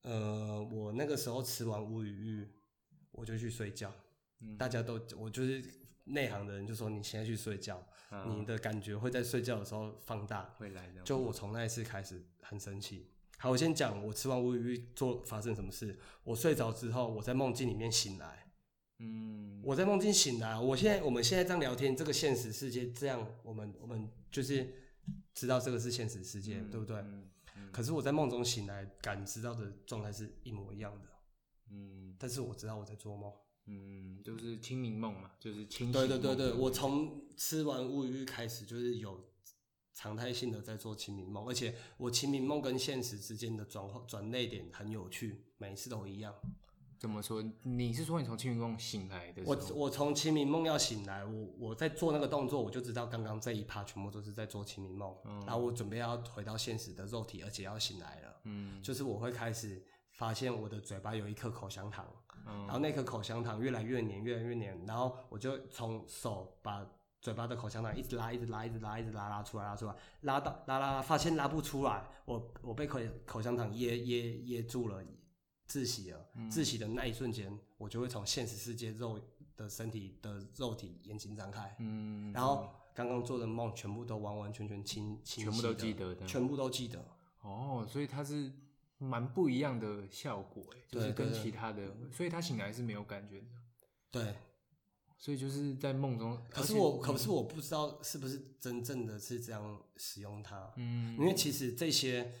S1: 呃，我那个时候吃完乌鱼玉，我就去睡觉。
S2: 嗯
S1: 大家都，我就是内行的人就说你现在去睡觉，
S2: 啊
S1: 你的感觉会在睡觉的时候放大。
S2: 会来的，
S1: 就我从那一次开始很生气。好，我先讲我吃完乌鱼玉做发生什么事。我睡着之后，我在梦境里面醒来，
S2: 嗯
S1: 我在梦境醒来。我现在我们现在这样聊天，这个现实世界这样，我们我们就是知道这个是现实世界，对不对？
S2: 嗯
S1: 可是我在梦中醒来，感知到的状态是一模一样的，
S2: 嗯
S1: 但是我知道我在做梦。
S2: 嗯，就是清明梦嘛，就是清醒
S1: 对对对
S2: 梦
S1: 对，我从吃完乌鱼开始，就是有常态性的在做清明梦，而且我清明梦跟现实之间的转换转类点很有趣，每一次都一样。
S2: 怎么说？你是说你从清明梦醒来的时
S1: 我
S2: 候？
S1: 我从清明梦要醒来，我我在做那个动作，我就知道刚刚这一趴全部都是在做清明梦，然后我准备要回到现实的肉体，而且要醒来了。
S2: 嗯
S1: 就是我会开始发现我的嘴巴有一颗口香糖，
S2: 嗯
S1: 然后那颗口香糖越来越黏，越来越黏，然后我就从手把嘴巴的口香糖一直拉，一直拉，一直拉，一直拉，拉出来，拉出来，拉到拉拉拉，发现拉不出来，我我被口口香糖噎噎噎住了，窒息了，
S2: 嗯
S1: 窒息的那一瞬间，我就会从现实世界肉的身体的肉体眼睛张开，
S2: 嗯，
S1: 然后刚刚做的梦全部都完完全全清清晰
S2: 全部都
S1: 地
S2: 记得的
S1: 全部都记得。
S2: 哦，所以它是蛮不一样的效果欸，就是
S1: 对对
S2: 跟
S1: 对
S2: 其他的，所以他醒来是没有感觉的，
S1: 对，
S2: 所以就是在梦中。
S1: 可
S2: 而
S1: 是
S2: 且
S1: 我，可是我不知道是不是真正的是这样使用它，
S2: 嗯，
S1: 因为其实这些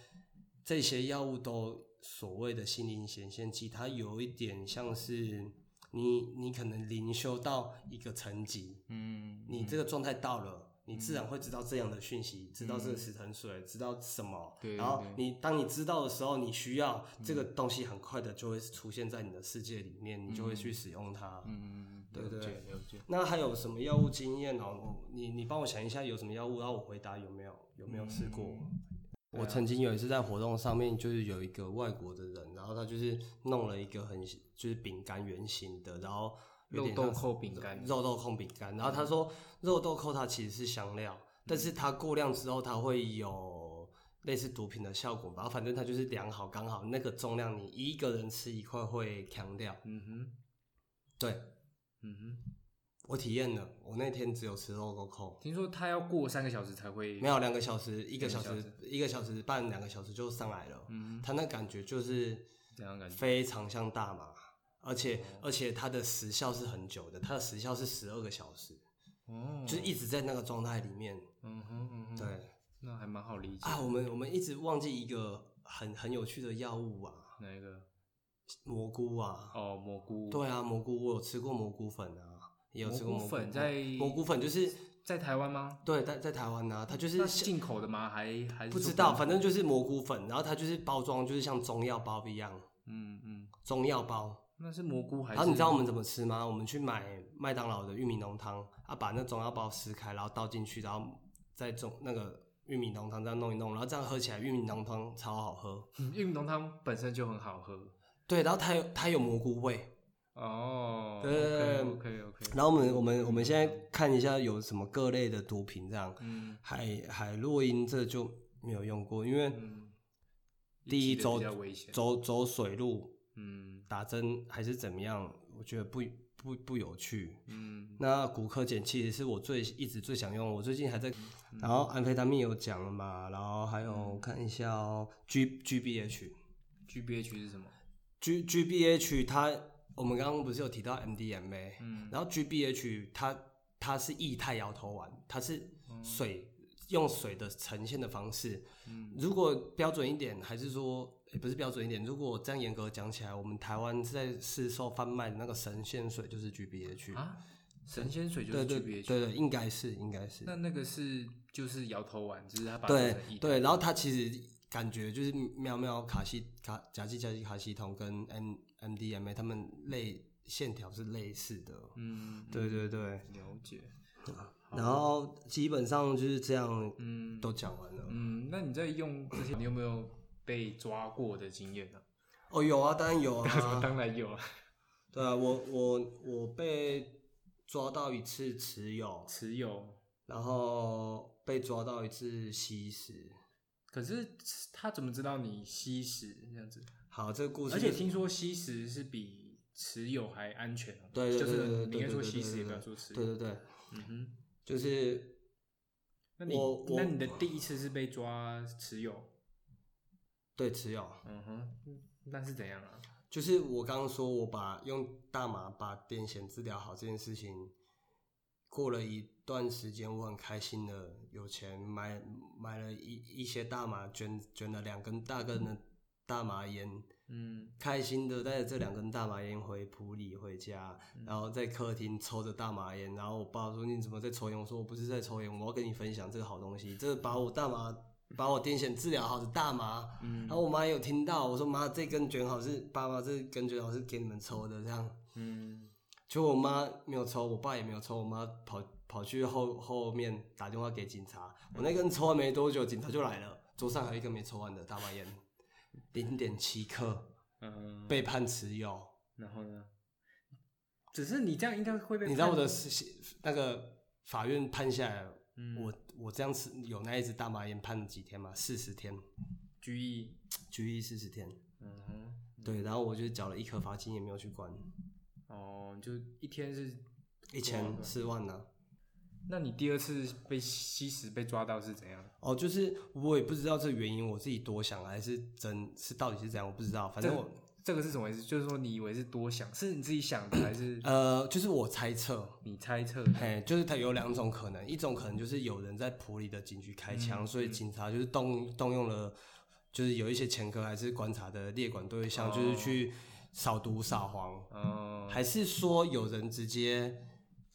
S1: 这些药物都所谓的心灵显现剂，它有一点像是你你可能灵修到一个层级，
S3: 嗯，
S1: 你这
S3: 个
S1: 个状态到了。你自然会知道这样的讯息，知道这个石藤水，知道什么。
S3: 嗯对
S1: 然后
S3: 对嗯
S1: 你当你知道的时候，你需要这个东西，很快的就会出现在你的世界里面，你就会去使用它。
S3: 嗯，
S1: 对
S3: 了
S1: 对
S3: 解了解。
S1: 那还有什么药物经验哦？我你你帮我想一下有什么药物，然后我回答有没有有
S2: 嗯
S1: 没有试过？
S2: 啊
S1: 我曾经有一次在活动上面，就是有一个外国的人，然后他就是弄了一个很就是饼干圆形的，然后有点像
S2: 肉豆蔻饼干嗯
S1: 肉豆蔻饼干。然后他说肉豆蔻它其实是香料，但是它过量之后它会有类似毒品的效果吧，反正它就是量好刚好那个重量，你一个人吃一块会强掉。
S2: 嗯哼，
S1: 对
S2: 嗯哼，
S1: 我体验了，我那天只有吃肉豆蔻。
S2: 听说他要过三个小时才会
S1: 没有两个小时，一个小
S2: 两个
S1: 时，一个小时半，两个小时就上来了。
S2: 嗯
S1: 它那感觉就是
S2: 怎样感觉？
S1: 非常像大麻，而且、
S2: 哦
S1: 而且它的时效是很久的，它的时效是十二个小时，
S2: 哦，
S1: 就是一直在那个状态里面。
S2: 嗯哼嗯哼，
S1: 对、，
S2: 那还蛮好理解。
S1: 啊，我们我们一直忘记一个很很有趣的药物啊，
S2: 哪一个？
S1: 蘑菇啊。
S2: 哦，蘑菇。
S1: 对啊，蘑菇我有吃过蘑菇粉啊，也有吃过
S2: 蘑
S1: 蘑
S2: 菇
S1: 菇
S2: 粉在
S1: 蘑菇粉就是
S2: 在台湾吗？
S1: 对在在台湾啊，它就是
S2: 那
S1: 像
S2: 是进口的吗？还还是
S1: 不
S2: 说
S1: 知道，
S2: 本
S1: 反正就是蘑菇粉，然后它就是包装就是像中药包一样。
S2: 嗯嗯，
S1: 中药包。
S2: 那是蘑菇还
S1: 然
S2: 是？
S1: 后你知道我们怎么吃吗？我们去买麦当劳的玉米浓汤，啊，把那中药包撕开，然后倒进去，然后再中那个玉米浓汤这样弄一弄，然后这样喝起来，玉米浓汤超好喝。
S2: 嗯玉米浓汤本身就很好喝。
S1: 对，然后它有它有蘑菇味。
S2: 哦，
S1: 对
S2: OK OK，
S1: 然后我们我们我们现在看一下有什么各类的毒品这样，
S2: 嗯
S1: 海海洛因这就没有用过，因为
S2: 嗯，
S1: 第一
S2: 一起的
S1: 周
S2: 比较危险，
S1: 走走水路
S2: 嗯
S1: 打针还是怎么样，我觉得不不不有趣。
S2: 嗯
S1: 那骨科碱其实是我最一直最想用，我最近还在，
S2: 嗯
S1: 然后安非他命有讲了嘛，然后还有看一下哦，G G B H
S2: ，GBH 是什么？
S1: G G B H 它我们刚刚不是有提到 M D M A，
S2: 嗯
S1: 然后 G B H 它它是液态摇头丸，它是水用水的呈现的方式，
S2: 嗯
S1: 如果标准一点，还是说也不是标准一点，如果这样严格讲起来，我们台湾在市售贩卖的那个神仙水就是 G B H。
S2: 啊，神仙水就是
S1: 对对
S2: GBH，
S1: 对对，应该是应该是。
S2: 那那个是就是摇头丸，只是它把它做
S1: 对
S2: 成一
S1: 对，然后它其实感觉就是喵喵卡西卡甲基甲基卡西酮跟 M M D M A 它们类线条是类似的，
S2: 嗯，
S1: 对对对。
S2: 了解，
S1: 然后基本上就是这样，
S2: 嗯
S1: 都讲完了。
S2: 嗯，那你在用这些，你有没有被抓过的经验呢、
S1: 哦，有啊，当然 有啊。
S2: 当然有啊，
S1: 对啊，我我我被抓到一次持有，
S2: 持有。
S1: 然后被抓到一次吸食。
S2: 可是他怎么知道你吸食这样子？
S1: 好，这个故事
S2: 而
S1: 就
S2: 且
S1: 是
S2: 听说吸食是比持有还安全哦、
S1: 对对
S2: 就
S1: 对对
S2: 是
S1: 对
S2: 你
S1: 对
S2: 应该说
S1: 对对
S2: 吸食，
S1: 对
S2: 也不要说嗯持
S1: 对
S2: 有。
S1: 对对，
S2: 嗯哼，
S1: 就是
S2: 那你
S1: 我我
S2: 那你的第一次是被抓持有，
S1: 对持有。
S2: 嗯哼，那是怎样啊？
S1: 就是我刚刚说，我把用大麻把癫痫治疗好这件事情，过了一段时间，我很开心的，有钱买买了一一些大麻，卷卷了两根大根的大麻烟，
S2: 嗯
S1: 开心的带着这两根大麻烟回普里回家，然后在客厅抽着大麻烟，然后我爸说你怎么在抽烟？我说我不是在抽烟，我要跟你分享这个好东西，这个把我大麻把我癫痫治疗好的大麻，
S2: 嗯
S1: 然后我妈有听到，我说妈，这根卷好是爸爸这根卷好是给你们抽的，这样。
S2: 嗯，
S1: 结果我妈没有抽，我爸也没有抽，我妈跑跑去后后面打电话给警察。我那根抽完没多久，警察就来了，桌上还有一根没抽完的大麻烟，零点七克，
S2: 嗯，
S1: 被判持有。
S2: 然后呢？只是你这样应该会被
S1: 你知道我
S2: 判
S1: 的那个法院判下来，
S2: 嗯
S1: 我我这样吃有那一支大麻烟判了几天吗？四十天，
S2: 拘役，
S1: 拘役四十天。
S2: 嗯哼，
S1: 对，然后我就缴了一颗罚金，也没有去关，
S2: 哦，就一天是。
S1: 一千四万呢、
S2: 那你第二次被吸食被抓到是怎样？
S1: 哦，就是我也不知道这原因，我自己多想还是真是到底是怎样，我不知道。反正我
S2: 这个是什么意思？就是说你以为是多想，是你自己想的，还是
S1: 呃，就是我猜测，
S2: 你猜测？
S1: 哎，就是它有两种可能，一种可能就是有人在普里的警局开枪，所以警察就是动动用了就是有一些前科还是观察的列管对象，就是去扫毒撒谎，
S2: 嗯，
S1: 还是说有人直接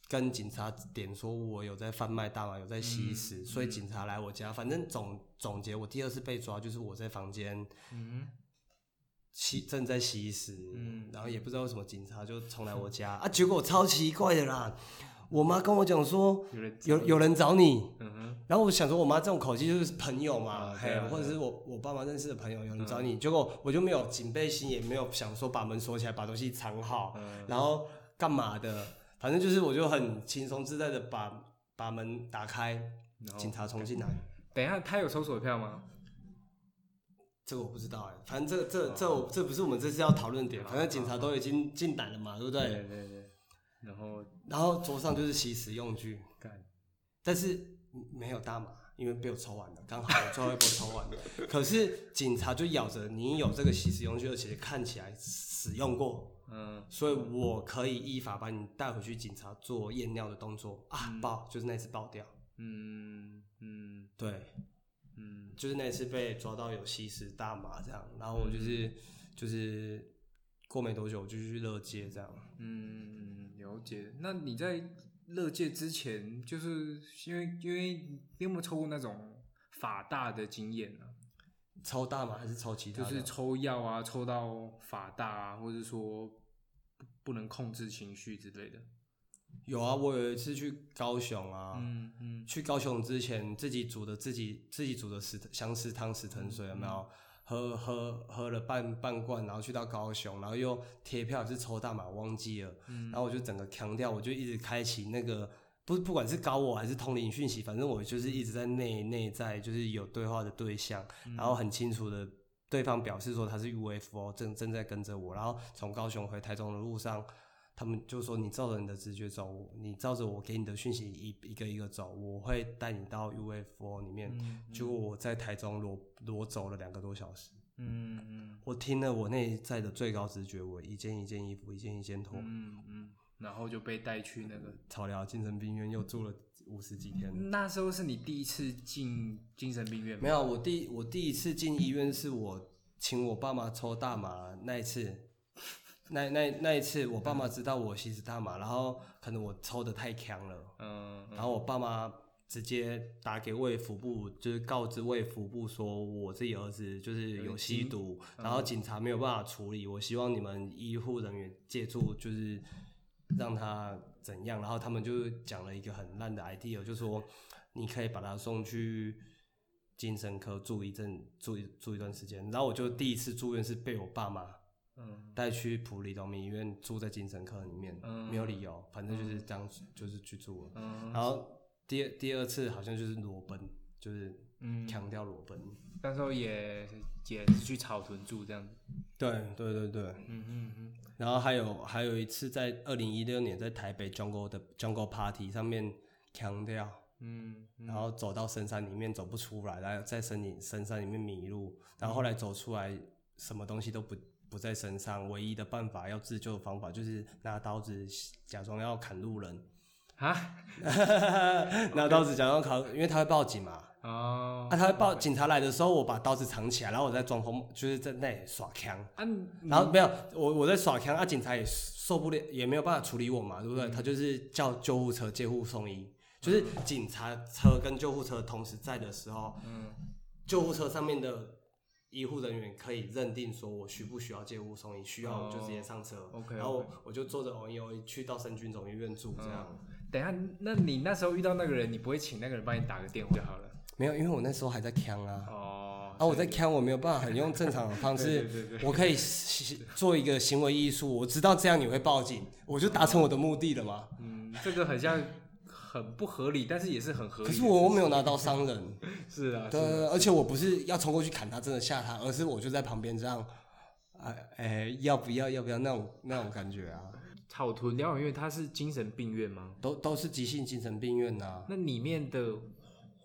S1: 跟警察点说我有在贩卖大麻，有在吸食，所以警察来我家。反正总总结，我第二次被抓就是我在房间
S2: 嗯
S1: 吸正在吸食，
S2: 嗯
S1: 然后也不知道为什么警察就冲来我家啊，结果超奇怪的啦。我妈跟我讲说，
S2: 有人
S1: 有有人找你，
S2: 嗯哼，
S1: 然后我想说，我妈这种口气就是朋友嘛，
S2: 啊
S1: 嘿、
S2: 对啊嗯
S1: 或者是我我爸妈认识的朋友，有人找你，结果我就没有警备心，也没有想说把门锁起来，把东西藏好，
S2: 嗯
S1: 然后干嘛的，反正就是我就很轻松自在的把把门打开，
S2: 然后
S1: 警察冲进来，
S2: 等一下，他有搜索票吗？
S1: 这个我不知道哎、反正这这这我这不是我们这次要讨论点，
S2: 好
S1: 反正警察都已经进来了嘛，对不对？
S2: 对对对，然后
S1: 然后桌上就是吸食用具，
S2: 干，
S1: 但是没有大麻，因为被我抽完了，刚好我最后一波抽完了。可是警察就咬着你有这个吸食用具，而且看起来使用过，
S2: 嗯
S1: 所以我可以依法把你带回去警察做验尿的动作啊，爆就是那次爆掉，
S2: 嗯嗯
S1: 对，
S2: 嗯，
S1: 就是那次被抓到有吸食大麻这样，然后我
S2: 嗯
S1: 就是就是过没多久我就去乐街这样，
S2: 嗯，了解。那你在乐界之前，就是因为因为你有没有抽过那种法大的经验呢、啊
S1: 抽大麻还是抽其他
S2: 就
S1: 的？
S2: 是抽药啊，抽到法大啊，或者说不不能控制情绪之类的。
S1: 有啊，我有一次去高雄啊，
S2: 嗯嗯
S1: 去高雄之前自己煮的自己自己煮的石相思汤石藤水有没
S2: 嗯
S1: 有？喝喝喝了半半罐，然后去到高雄，然后又贴票是抽大麻，忘记了，
S2: 嗯
S1: 然后我就整个强调，我就一直开启那个不不管是高我还是通灵讯息，反正我就是一直在内内在就是有对话的对象，然后很清楚的对方表示说他是 UFO 正正在跟着我，然后从高雄回台中的路上，他们就说你照着你的直觉走，你照着我给你的讯息一一个一个走，我会带你到 UFO 里面。
S2: 嗯
S1: 结果我在台中裸裸走了两个多小时，
S2: 嗯嗯
S1: 我听了我内在的最高直觉，我一件一件衣服，一件一件脱，
S2: 嗯嗯，然后就被带去那个。
S1: 草寮精神病院又住了五十几天。
S2: 那时候是你第一次进精神病院吗？
S1: 没有，我第我第一次进医院是我请我爸妈抽大麻那一次，那那那一次我爸妈知道我吸食大麻，然后可能我抽的太强了，
S2: 嗯，
S1: 然后我爸妈直接打给卫福部，就是告知卫福部说我自己儿子就是有吸
S2: 嗯
S1: 毒，然后警察没有办法处理，我希望你们医护人员借助就是让他怎样，然后他们就讲了一个很烂的 idea，就说你可以把他送去。精神科住一阵，住一住一段时间，然后我就第一次住院是被我爸妈
S2: 嗯
S1: 带去普里农民医院住在精神科里面，
S2: 嗯
S1: 没有理由，反正就是这样，就是去住了。
S2: 嗯
S1: 然后第二第二次好像就是裸奔，就是
S2: 嗯，
S1: 强调裸奔。
S2: 那时候也也是去草屯住这样子。
S1: 对对对对，
S2: 嗯嗯嗯。
S1: 然后还有还有一次在二零一六年在台北 Jungle 的 Jungle Party 上面强调，
S2: 嗯，
S1: 然后走到深山里面走不出来，然后在森林深山里面迷路，然后后来走出来，什么东西都不不在身上，唯一的办法要自救的方法就是拿刀子假装要砍路人，
S2: 啊，
S1: 拿刀子假装砍，因为他会报警嘛，
S2: 哦
S1: 啊，，他会报警察来的时候，我把刀子藏起来，然后我在装疯，就是在那里耍枪。
S2: 啊，你
S1: 然后没有我我在耍枪，啊，警察也受不了，也没有办法处理我嘛，对不对？
S2: 嗯
S1: 他就是叫救护车借护送医，就是警察车跟救护车同时在的时候，
S2: 嗯
S1: 救护车上面的医护人员可以认定说我需不需要借护送医，需要我就直接上车。
S2: 哦 OK，OK
S1: 然后我就坐着 O E O 去到深军总医院住这样。
S2: 等一下，那你那时候遇到那个人，你不会请那个人帮你打个电话就好了？
S1: 没有，因为我那时候还在枪啊。
S2: 哦
S1: 啊，我在看，我没有办法很用正常的方式，
S2: 对对
S1: 我可以行做一个行为艺术，我知道这样你会报警，我就达成我的目的了嘛。
S2: 嗯，这个很像很不合理，但是也是很
S1: 可
S2: 合理的事
S1: 是
S2: 情。
S1: 我又没有拿刀伤人，
S2: 是 啊，
S1: 对
S2: 是啊，
S1: 而且我不是要冲过去砍他，真的吓他，而是我就在旁边这样，哎、哎、要不要要不要那种那种感觉啊，
S2: 草屯疗养院它是精神病院吗？
S1: 都都是急性精神病院啊呐、
S2: 那里面的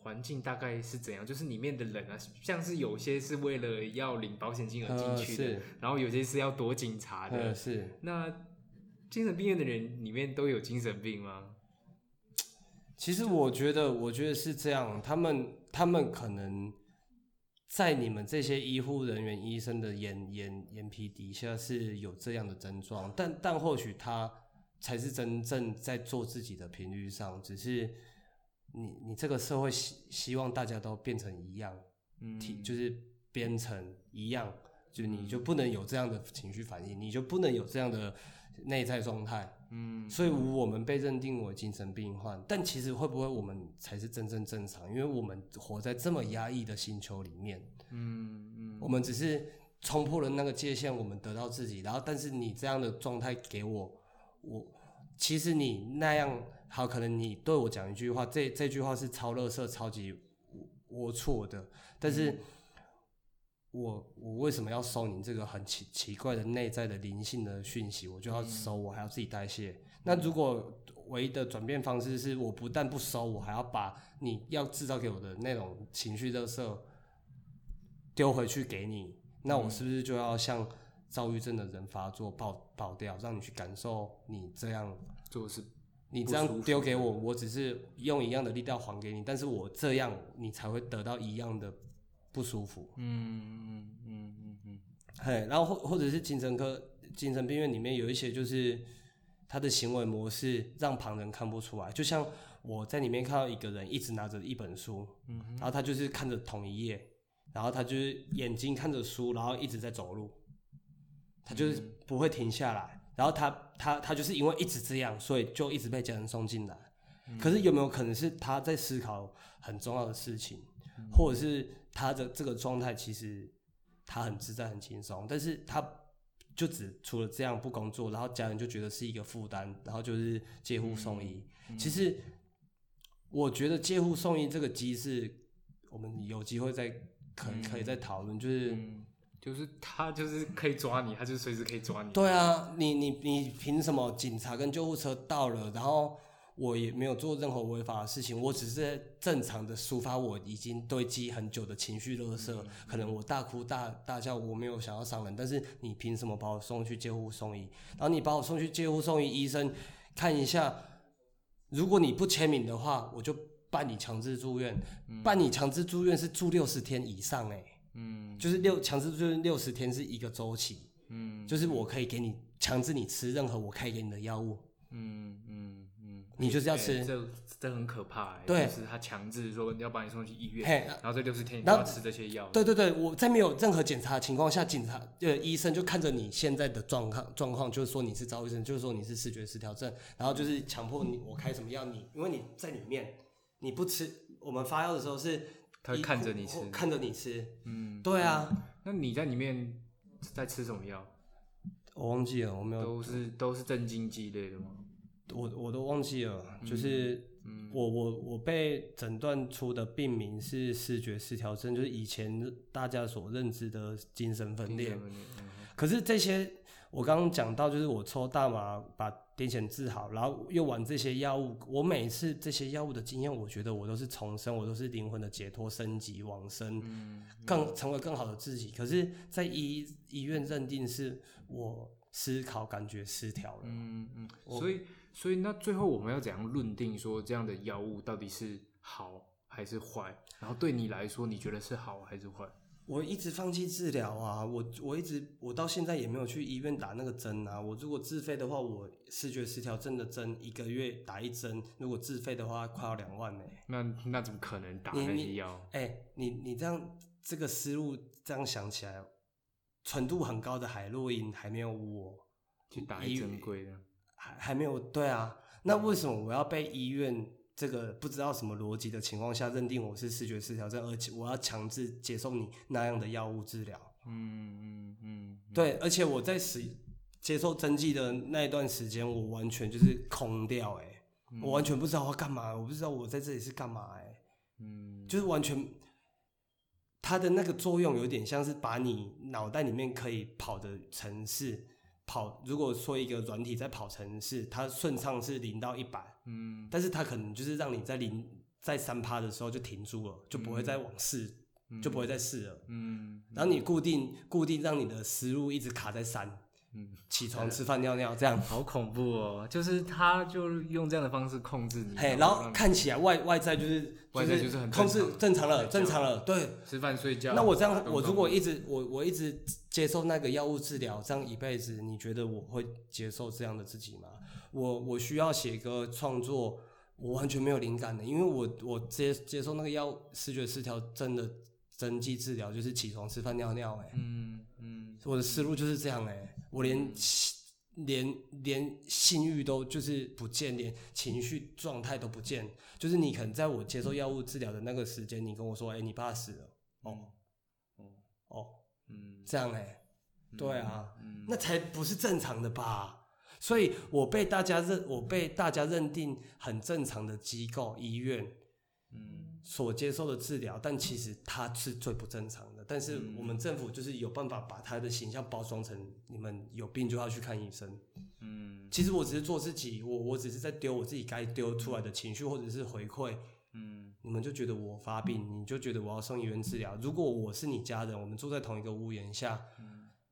S2: 环境大概是怎样？就是里面的人啊，像是有些是为了要领保险金而进
S1: 呃
S2: 去的，
S1: 是
S2: 然后有些是要躲警察的。
S1: 嗯是。
S2: 那精神病院的人里面都有精神病吗？
S1: 其实我觉得，我觉得是这样，他们他们可能在你们这些医护人员、医生的眼眼眼皮底下是有这样的症状，但但或许他才是真正在做自己的频率上，只是你你这个社会希希望大家都变成一样，
S4: 嗯，
S1: 体就是编程一样，就你就不能有这样的情绪反应，你就不能有这样的内在状态，
S4: 嗯，
S1: 所以我们被认定为精神病患，但其实会不会我们才是真正正常？因为我们活在这么压抑的星球里面，
S4: 嗯嗯，
S1: 我们只是冲破了那个界限，我们得到自己，然后但是你这样的状态给我，我其实你那样好，可能你对我讲一句话，这这句话是超乐色、超级龌龊的，但是我我为什么要收你这个很奇奇怪的内在的灵性的讯息？我就要收，我还要自己代谢。那如果唯一的转变方式是我不但不收，我还要把你要制造给我的那种情绪热色丢回去给你，那我是不是就要像躁郁症的人发作爆爆掉，让你去感受你这样
S4: 做事
S1: 你这样丢给我，我只是用一样的力道还给你，但是我这样你才会得到一样的不舒服。
S4: 嗯嗯嗯嗯嗯，
S1: 嘿，然后或或者是精神科、精神病院里面有一些就是他的行为模式让旁人看不出来，就像我在里面看到一个人一直拿着一本书，嗯，然后他就是看着同一页，然后他就是眼睛看着书，然后一直在走路，他就是不会停下来，然后他他他就是因为一直这样，所以就一直被家人送进来。可是有没有可能是他在思考很重要的事情，或者是他的这个状态其实他很自在、很轻松，但是他就只除了这样不工作，然后家人就觉得是一个负担，然后就是借护送医。其实我觉得借护送医这个机制，我们有机会再可可以再讨论，就是。
S4: 就是他就是可以抓你，他就随时可以抓你。
S1: 对啊，你你你凭什么警察跟救护车到了，然后我也没有做任何违法的事情，我只是正常的抒发我已经堆积很久的情绪勒色，可能我大哭大大叫，我没有想要伤人，但是你凭什么把我送去救护送医？然后你把我送去救护送医，医生看一下，如果你不签名的话，我就办你强制住院，办你强制住院是住六十天以上哎、
S4: 嗯
S1: 就是六强制住院六十天是一个周期，
S4: 嗯
S1: 就是我可以给你强制你吃任何我开给你的药物，
S4: 嗯嗯嗯，
S1: 你就是要
S4: 欸
S1: 吃。
S4: 这这很可怕、欸。
S1: 对
S4: 就是他强制说要把你送去医院，
S1: 嘿，
S4: 然后这六十天你都
S1: 然
S4: 要
S1: 后
S4: 吃这些药。
S1: 对对对，我在没有任何检查的情况下，警察呃医生就看着你现在的状况状况，就是说你是躁郁症，就是说你是视觉失调症，然后就是强迫你我开什么药，你因为你在里面你不吃，我们发药的时候是
S4: 他会
S1: 一
S4: 看着你吃
S1: 看着你吃，
S4: 嗯，
S1: 对啊，
S4: 那你在里面在吃什么药？
S1: 我忘记了，我没有
S4: 都是都是镇静剂类的吗？
S1: 我我都忘记了，就是我我我被诊断出的病名是视觉失调症，就是以前大家所认知的精神分裂。
S4: 分裂。嗯
S1: 可是这些我刚刚讲到，就是我抽大麻把癫痫治好，然后又玩这些药物，我每次这些药物的经验，我觉得我都是重生，我都是灵魂的解脱、升级、往生，更成为更好的自己。可是，在医医院认定是我思考感觉失调了。
S4: 嗯嗯，所以所以那最后我们要怎样论定说这样的药物到底是好还是坏？然后对你来说，你觉得是好还是坏？
S1: 我一直放弃治疗啊，我我一直我到现在也没有去医院打那个针啊。我如果自费的话，我视觉失调症的针一个月打一针，如果自费的话快要两万呢、
S4: 那那怎么可能打
S1: 你
S4: 那些
S1: 你
S4: 药？
S1: 哎、你你这样这个思路这样想起来，纯度很高的海洛因还没有我，
S4: 去打一针贵的？
S1: 还还没有对啊。那为什么我要被医院这个不知道什么逻辑的情况下认定我是视觉失调症，而且我要强制接受你那样的药物治疗？
S4: 嗯嗯嗯，
S1: 对，而且我在使接受针剂的那一段时间，我完全就是空掉、欸，我完全不知道我要干嘛，我不知道我在这里是干嘛、欸，
S4: 嗯
S1: 就是完全它的那个作用有点像是把你脑袋里面可以跑的城市跑，如果说一个软体在跑城市，它顺畅是零到一百，
S4: 嗯
S1: 但是它可能就是让你在零在三趴的时候就停住了，就不会再往四，就不会再四了。
S4: 嗯
S1: 然后你固定固定让你的思路一直卡在三，
S2: 嗯，
S1: 起床吃饭尿尿这
S4: 嗯
S1: 样，
S2: 好恐怖哦！就是他就用这样的方式控制你，
S1: 嘿，
S2: 然
S1: 然
S2: 后
S1: 后
S2: 让
S1: 看起来外外在就是
S4: 嗯外在就是很
S1: 控
S4: 正常
S1: 制正常了，正常了，对。
S4: 吃饭睡觉。
S1: 那我这样，
S4: 动
S1: 我
S4: 动
S1: 如果一直我我一直接受那个药物治疗，这样一辈子，你觉得我会接受这样的自己吗？我我需要写歌创作，我完全没有灵感的，因为我我接接受那个药视觉失调症的针剂治疗，就是起床吃饭尿尿、欸，哎，
S2: 嗯嗯，
S1: 我的思路就是这样、欸，哎，我连性连连性欲都就是不见，连情绪状态都不见，就是你可能在我接受药物治疗的那个时间，你跟我说，哎、你爸死了，
S2: 哦
S1: 哦，
S2: 嗯，
S1: 这样哎、欸对啊。
S2: 嗯，
S1: 那才不是正常的吧？所以我被大家认，我被大家认定很正常的机构医院
S2: 嗯
S1: 所接受的治疗，但其实它是最不正常的。但是我们政府就是有办法把它的形象包装成你们有病就要去看医生。
S2: 嗯
S1: 其实我只是做自己，我我只是在丢我自己该丢出来的情绪或者是回馈，
S2: 嗯
S1: 你们就觉得我发病，你就觉得我要送医院治疗。如果我是你家人，我们住在同一个屋檐下，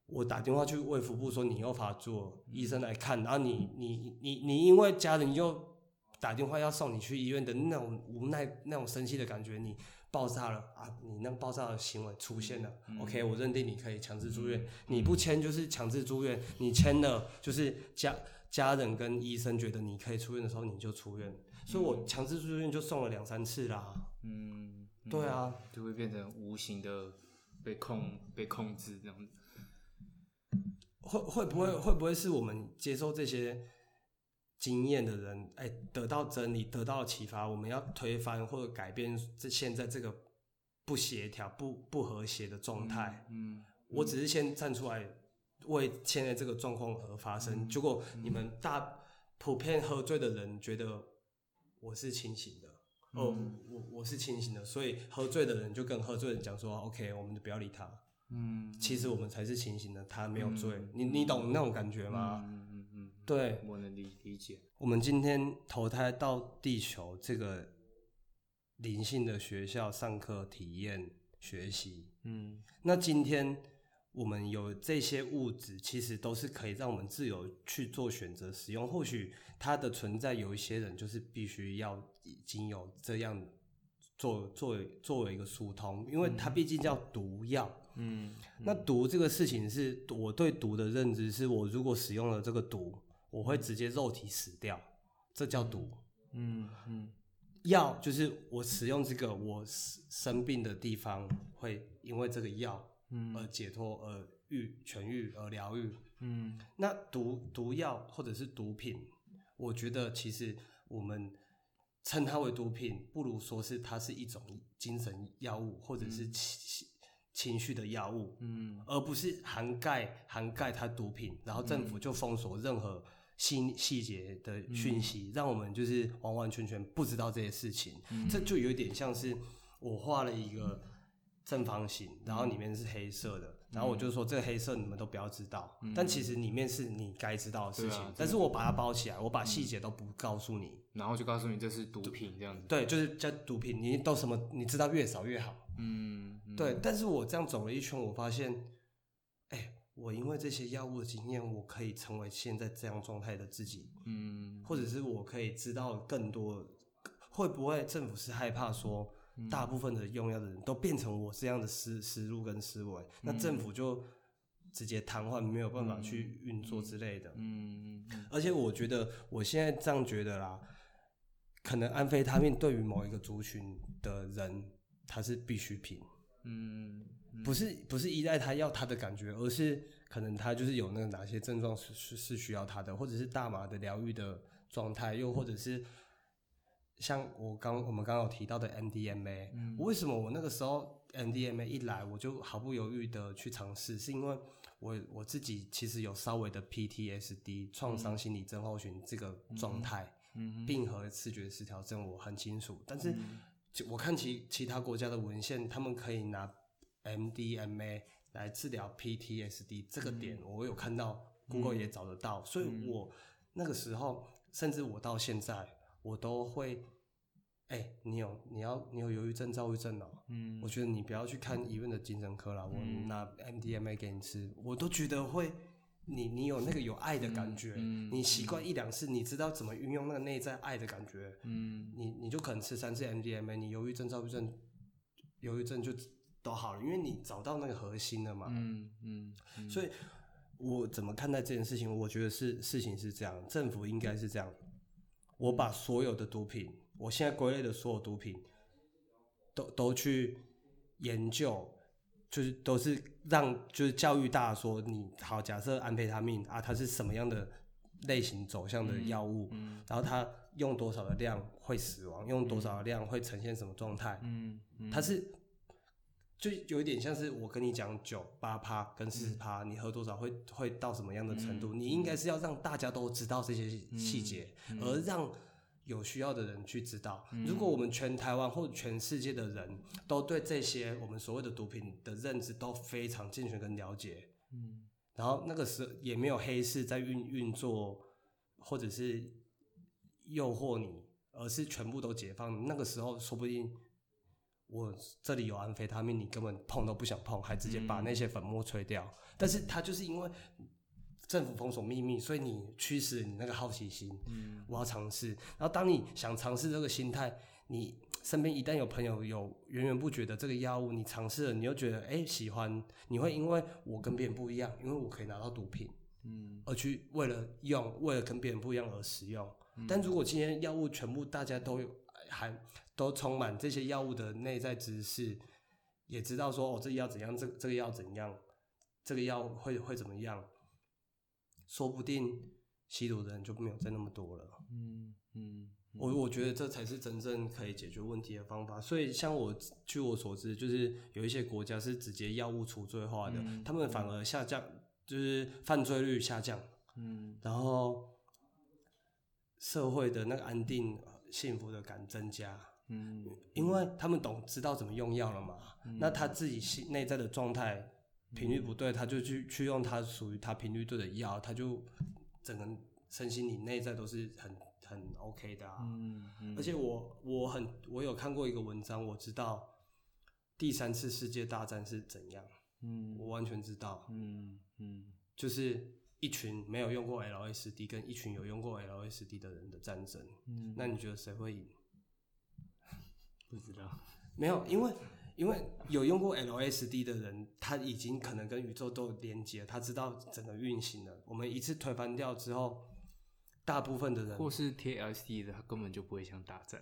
S1: 我打电话去卫福部说你又发作，医生来看，然后你你你你因为家人又打电话要送你去医院的那种无奈、那种生气的感觉，你爆炸了啊！你那爆炸的行为出现了、o k 我认定你可以强制住院，你不签就是强制住院，你签了就是家家人跟医生觉得你可以出院的时候你就出院，所以我强制住院就送了两三次啦。
S2: 嗯，
S1: 对啊，
S2: 嗯，就会变成无形的被控被控制这样子，
S1: 会会不
S2: 嗯
S1: 会会不会是我们接受这些经验的人，哎，得到真理，得到启发，我们要推翻或者改变这现在这个不协调、不不和谐的状态？
S2: 嗯
S1: 我只是先站出来为现在这个状况而发
S2: 嗯
S1: 声，结果你们大普遍喝醉的人觉得我是清醒的。
S2: 嗯
S1: 哦，我我是清醒的，所以喝醉的人就跟喝醉的人讲说，OK，我们就不要理他。
S2: 嗯
S1: 其实我们才是清醒的，他没有醉。你你懂那种感觉吗？
S2: 嗯嗯嗯，
S1: 对
S2: 嗯我能理理解，
S1: 我们今天投胎到地球这个灵性的学校上课体验学习，
S2: 嗯
S1: 那今天我们有这些物质，其实都是可以让我们自由去做选择使用。或许它的存在，有一些人就是必须要已经有这样做作为作为一个疏通，因为它毕竟叫毒药。
S2: 嗯
S1: 那毒这个事情是我对毒的认知，是我如果使用了这个毒，我会直接肉体死掉，这叫毒。
S2: 嗯嗯
S1: 药就是我使用这个，我生生病的地方会因为这个药而解脱、而愈痊愈、而疗愈。
S2: 嗯
S1: 那毒毒药或者是毒品，我觉得其实我们称它为毒品，不如说是它是一种精神药物或者是情情绪的药物。
S2: 嗯
S1: 而不是涵盖涵盖它毒品，然后政府
S2: 嗯
S1: 就封锁任何细细节的讯息，
S2: 嗯
S1: 让我们就是完完全全不知道这些事情。这就有点像是我画了一个正方形，然
S2: 嗯
S1: 后里面是黑色的，然后我就说这个黑色你们都不要知道，但其实里面是你该知道的事
S2: 嗯对啊嗯
S1: 情，
S2: 对啊
S1: 但是我把它包起来，我把细节都不告诉你。
S2: 然后就告诉你这是毒品这样子，
S1: 对，就是叫毒品，你都什么，你知道越少越好。
S2: 嗯，嗯，
S1: 对，但是我这样走了一圈，我发现，哎，我因为这些药物的经验，我可以成为现在这样状态的自己，
S2: 嗯
S1: 或者是我可以知道更多。会不会政府是害怕说，
S2: 嗯
S1: 大部分的用药的人都变成我这样的思思路跟思维，那
S2: 嗯
S1: 政府就直接瘫痪，没有办法去运作之类的。
S2: 嗯嗯
S1: 而且我觉得我现在这样觉得啦，可能安非他命对于某一个族群的人，它是必需品。
S2: 嗯
S1: 不是不是依赖他要他的感觉，而是可能他就是有那个哪些症状是是是需要他的，或者是大麻的疗愈的状态，又或者是像我刚我们刚刚有提到的 MDMA，、为
S2: 嗯
S1: 什么我那个时候 MDMA 一来我就毫不犹豫的去尝试，是因为我我自己其实有稍微的 PTSD 创伤心理症候群这个状态，
S2: 嗯
S1: 并和视觉失调症我很清楚，但是就我看其其他国家的文献，他们可以拿 MDMA 来治疗 PTSD 这个点，我有看到 Google 也找得到，所以我那个时候，甚至我到现在，我都会，哎、你有你要你有忧郁症、躁郁症哦，
S2: 嗯
S1: 我觉得你不要去看医院的精神科啦，我拿 MDMA 给你吃，我都觉得会你你有那个有爱的感觉，
S2: 嗯嗯
S1: 你习惯一两次，你知道怎么运用那个内在爱的感觉，
S2: 嗯
S1: 你你就可能吃三次 MDMA，你忧郁症、躁郁症、忧郁症就都好了，因为你找到那个核心了嘛。
S2: 嗯嗯，嗯
S1: 所以，我怎么看待这件事情？我觉得是事情是这样，政府应该是这样。我把所有的毒品，我现在归类的所有毒品，都都去研究，就是都是让就是教育大家说，你好，假设安非他命啊，它是什么样的类型走向的药物，
S2: 嗯
S1: 然后它用多少的量会死亡，用多少的量会呈现什么状态，
S2: 嗯嗯，
S1: 它是就有一点像是我跟你讲九八趴跟四十趴，你喝多少会会到什么样的程度，你应该是要让大家都知道这些细节，而让有需要的人去知道。如果我们全台湾或者全世界的人都对这些我们所谓的毒品的认知都非常健全跟了解，
S2: 嗯
S1: 然后那个时候也没有黑市在运运作，或者是诱惑你，而是全部都解放。那个时候说不定我这里有安非他命，你根本碰都不想碰，还直接把那些粉末吹掉。但是它就是因为政府封锁秘密，所以你驱使你那个好奇心，
S2: 嗯
S1: 我要尝试。然后当你想尝试这个心态，你身边一旦有朋友有源源不绝的这个药物，你尝试了，你又觉得哎、诶喜欢，你会因为我跟别人不一样，因为我可以拿到毒品，
S2: 嗯
S1: 而去为了用，为了跟别人不一样而使用。但如果今天药物全部大家都有，还都充满这些药物的内在知识，也知道说哦，这个药怎样，这个这个药怎样，这个药会会怎么样，说不定吸毒的人就没有再那么多了。
S2: 嗯嗯
S1: 我我觉得这才是真正可以解决问题的方法。所以，像我据我所知，就是有一些国家是直接药物除罪化的，
S2: 嗯
S1: 他们反而下降，就是犯罪率下降，
S2: 嗯
S1: 然后社会的那个安定、呃幸福的感增加，
S2: 嗯
S1: 因为他们懂知道怎么用药了嘛。那他自己心内在的状态
S2: 嗯
S1: 频率不对，他就去去用他属于他频率对的药，他就整个身心里内在都是很很 OK 的啊。
S2: 嗯嗯，
S1: 而且我我很我有看过一个文章，我知道第三次世界大战是怎样，
S2: 嗯
S1: 我完全知道，
S2: 嗯嗯
S1: 就是一群没有用过 LSD 跟一群有用过 LSD 的人的战争。
S2: 嗯，
S1: 那你觉得谁会赢？
S2: 不知道，
S1: 没有，因为因为有用过 LSD 的人，他已经可能跟宇宙都有连接，他知道整个运行了。我们一次推翻掉之后，大部分的人
S2: 或是 TLC 的，他根本就不会想打战。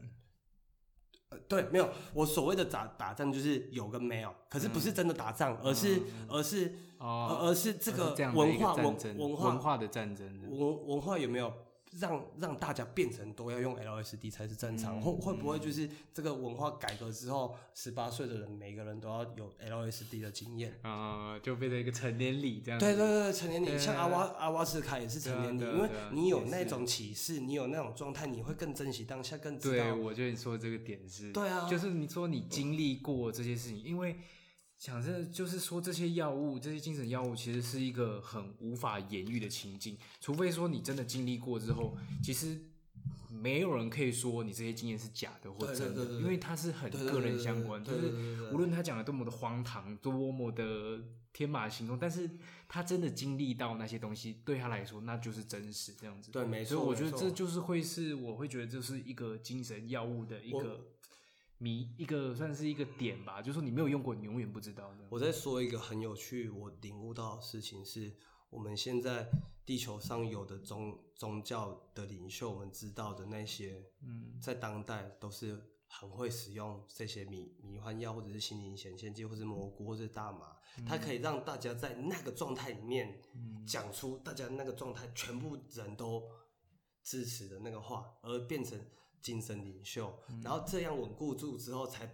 S1: 对，没有，我所谓的打打仗就是有跟没有，可是不是真的打仗，而是、而是、
S2: 嗯哦
S1: 而而是这
S2: 而是这样的
S1: 文
S2: 一个
S1: 化文
S2: 战争
S1: 文
S2: 文
S1: 化
S2: 化的战争的，
S1: 文文化有没有让让大家变成都要用 LSD 才是正
S2: 嗯
S1: 常？会、会不会就是这个文化改革之后，十八岁的人每个人都要有 LSD 的经验？
S2: 呃，就变成一个成年礼这样子。
S1: 对对对，成年
S2: 对
S1: 礼，像
S2: 对
S1: 阿瓦阿瓦斯卡也是
S2: 对啊
S1: 成年礼，
S2: 对啊
S1: 因为
S2: 对啊
S1: 你有
S2: 也是
S1: 那种启示，你有那种状态，你会更珍惜当下，更知道
S2: 对，我觉得你说的这个点是，
S1: 对啊
S2: 就是你说你经历过这些事情，因为讲真的，就是说这些药物，这些精神药物其实是一个很无法言喻的情境，除非说你真的经历过之后，其实没有人可以说你这些经验是假的或
S1: 对对
S2: 真的，
S1: 对对对
S2: 因为它是很
S1: 对对
S2: 个
S1: 对
S2: 人
S1: 对
S2: 相
S1: 对
S2: 关，就
S1: 对
S2: 是
S1: 对对对对
S2: 无论他讲的多么的荒唐，多么的。天马行空，但是他真的经历到那些东西，对他来说那就是真实这样子。
S1: 对没
S2: 所以
S1: 错
S2: 我
S1: 没
S2: 觉得
S1: 错
S2: 这就是会是，我会觉得这是一个精神药物的一个迷，一个算是一个点吧，就是说你没有用过，你永远不知道这样。
S1: 我再说一个很有趣，我领悟到的事情是，我们现在地球上有的宗宗教的领袖，我们知道的那些，
S2: 嗯
S1: 在当代都是很会使用这些迷迷幻药，或者是心灵显现剂，或是蘑菇，或是大麻，它可以让大家在那个状态里面讲出大家那个状态，全部人都支持的那个话，而变成精神领袖，然后这样稳固住之后，才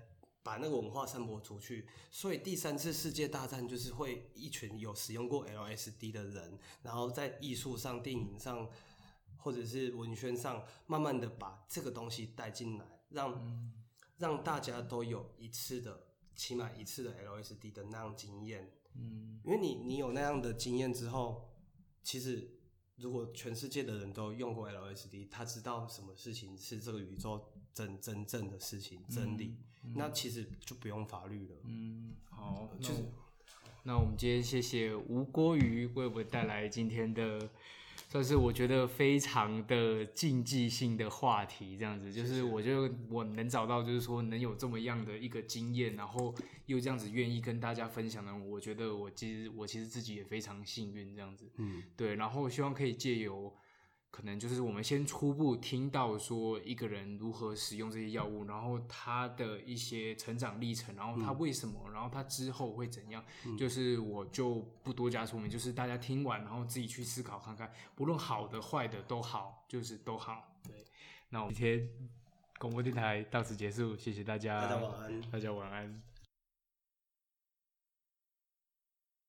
S1: 把那个文化散播出去。所以第三次世界大战就是会一群有使用过 LSD 的人，然后在艺术上、电影上，或者是文宣上，慢慢的把这个东西带进来，让、让大家都有一次的，起码一次的 LSD 的那样经验。
S2: 嗯
S1: 因为你你有那样的经验之后，其实如果全世界的人都用过 LSD，他知道什么事情是这个宇宙真真正的事情真理，那其实就不用法律了。
S2: 嗯，好，
S1: 就是
S2: 那我那我们今天谢谢吴郭鱼为我们带来今天的，算是我觉得非常的竞技性的话题，这样子，就是我就我能找到，就是说能有这么样的一个经验，然后又这样子愿意跟大家分享的，我觉得我其实我其实自己也非常幸运，这样子。
S1: 嗯，
S2: 对，然后希望可以借由可能就是我们先初步听到说一个人如何使用这些药物，然后他的一些成长历程，然后他为什么，然后他之后会怎样，就是我就不多加说明，就是大家听完然后自己去思考看看，不论好的坏的都好，就是都好。对，那我们今天广播电台到此结束，谢谢大家，
S1: 大家晚安。
S2: 大家晚安。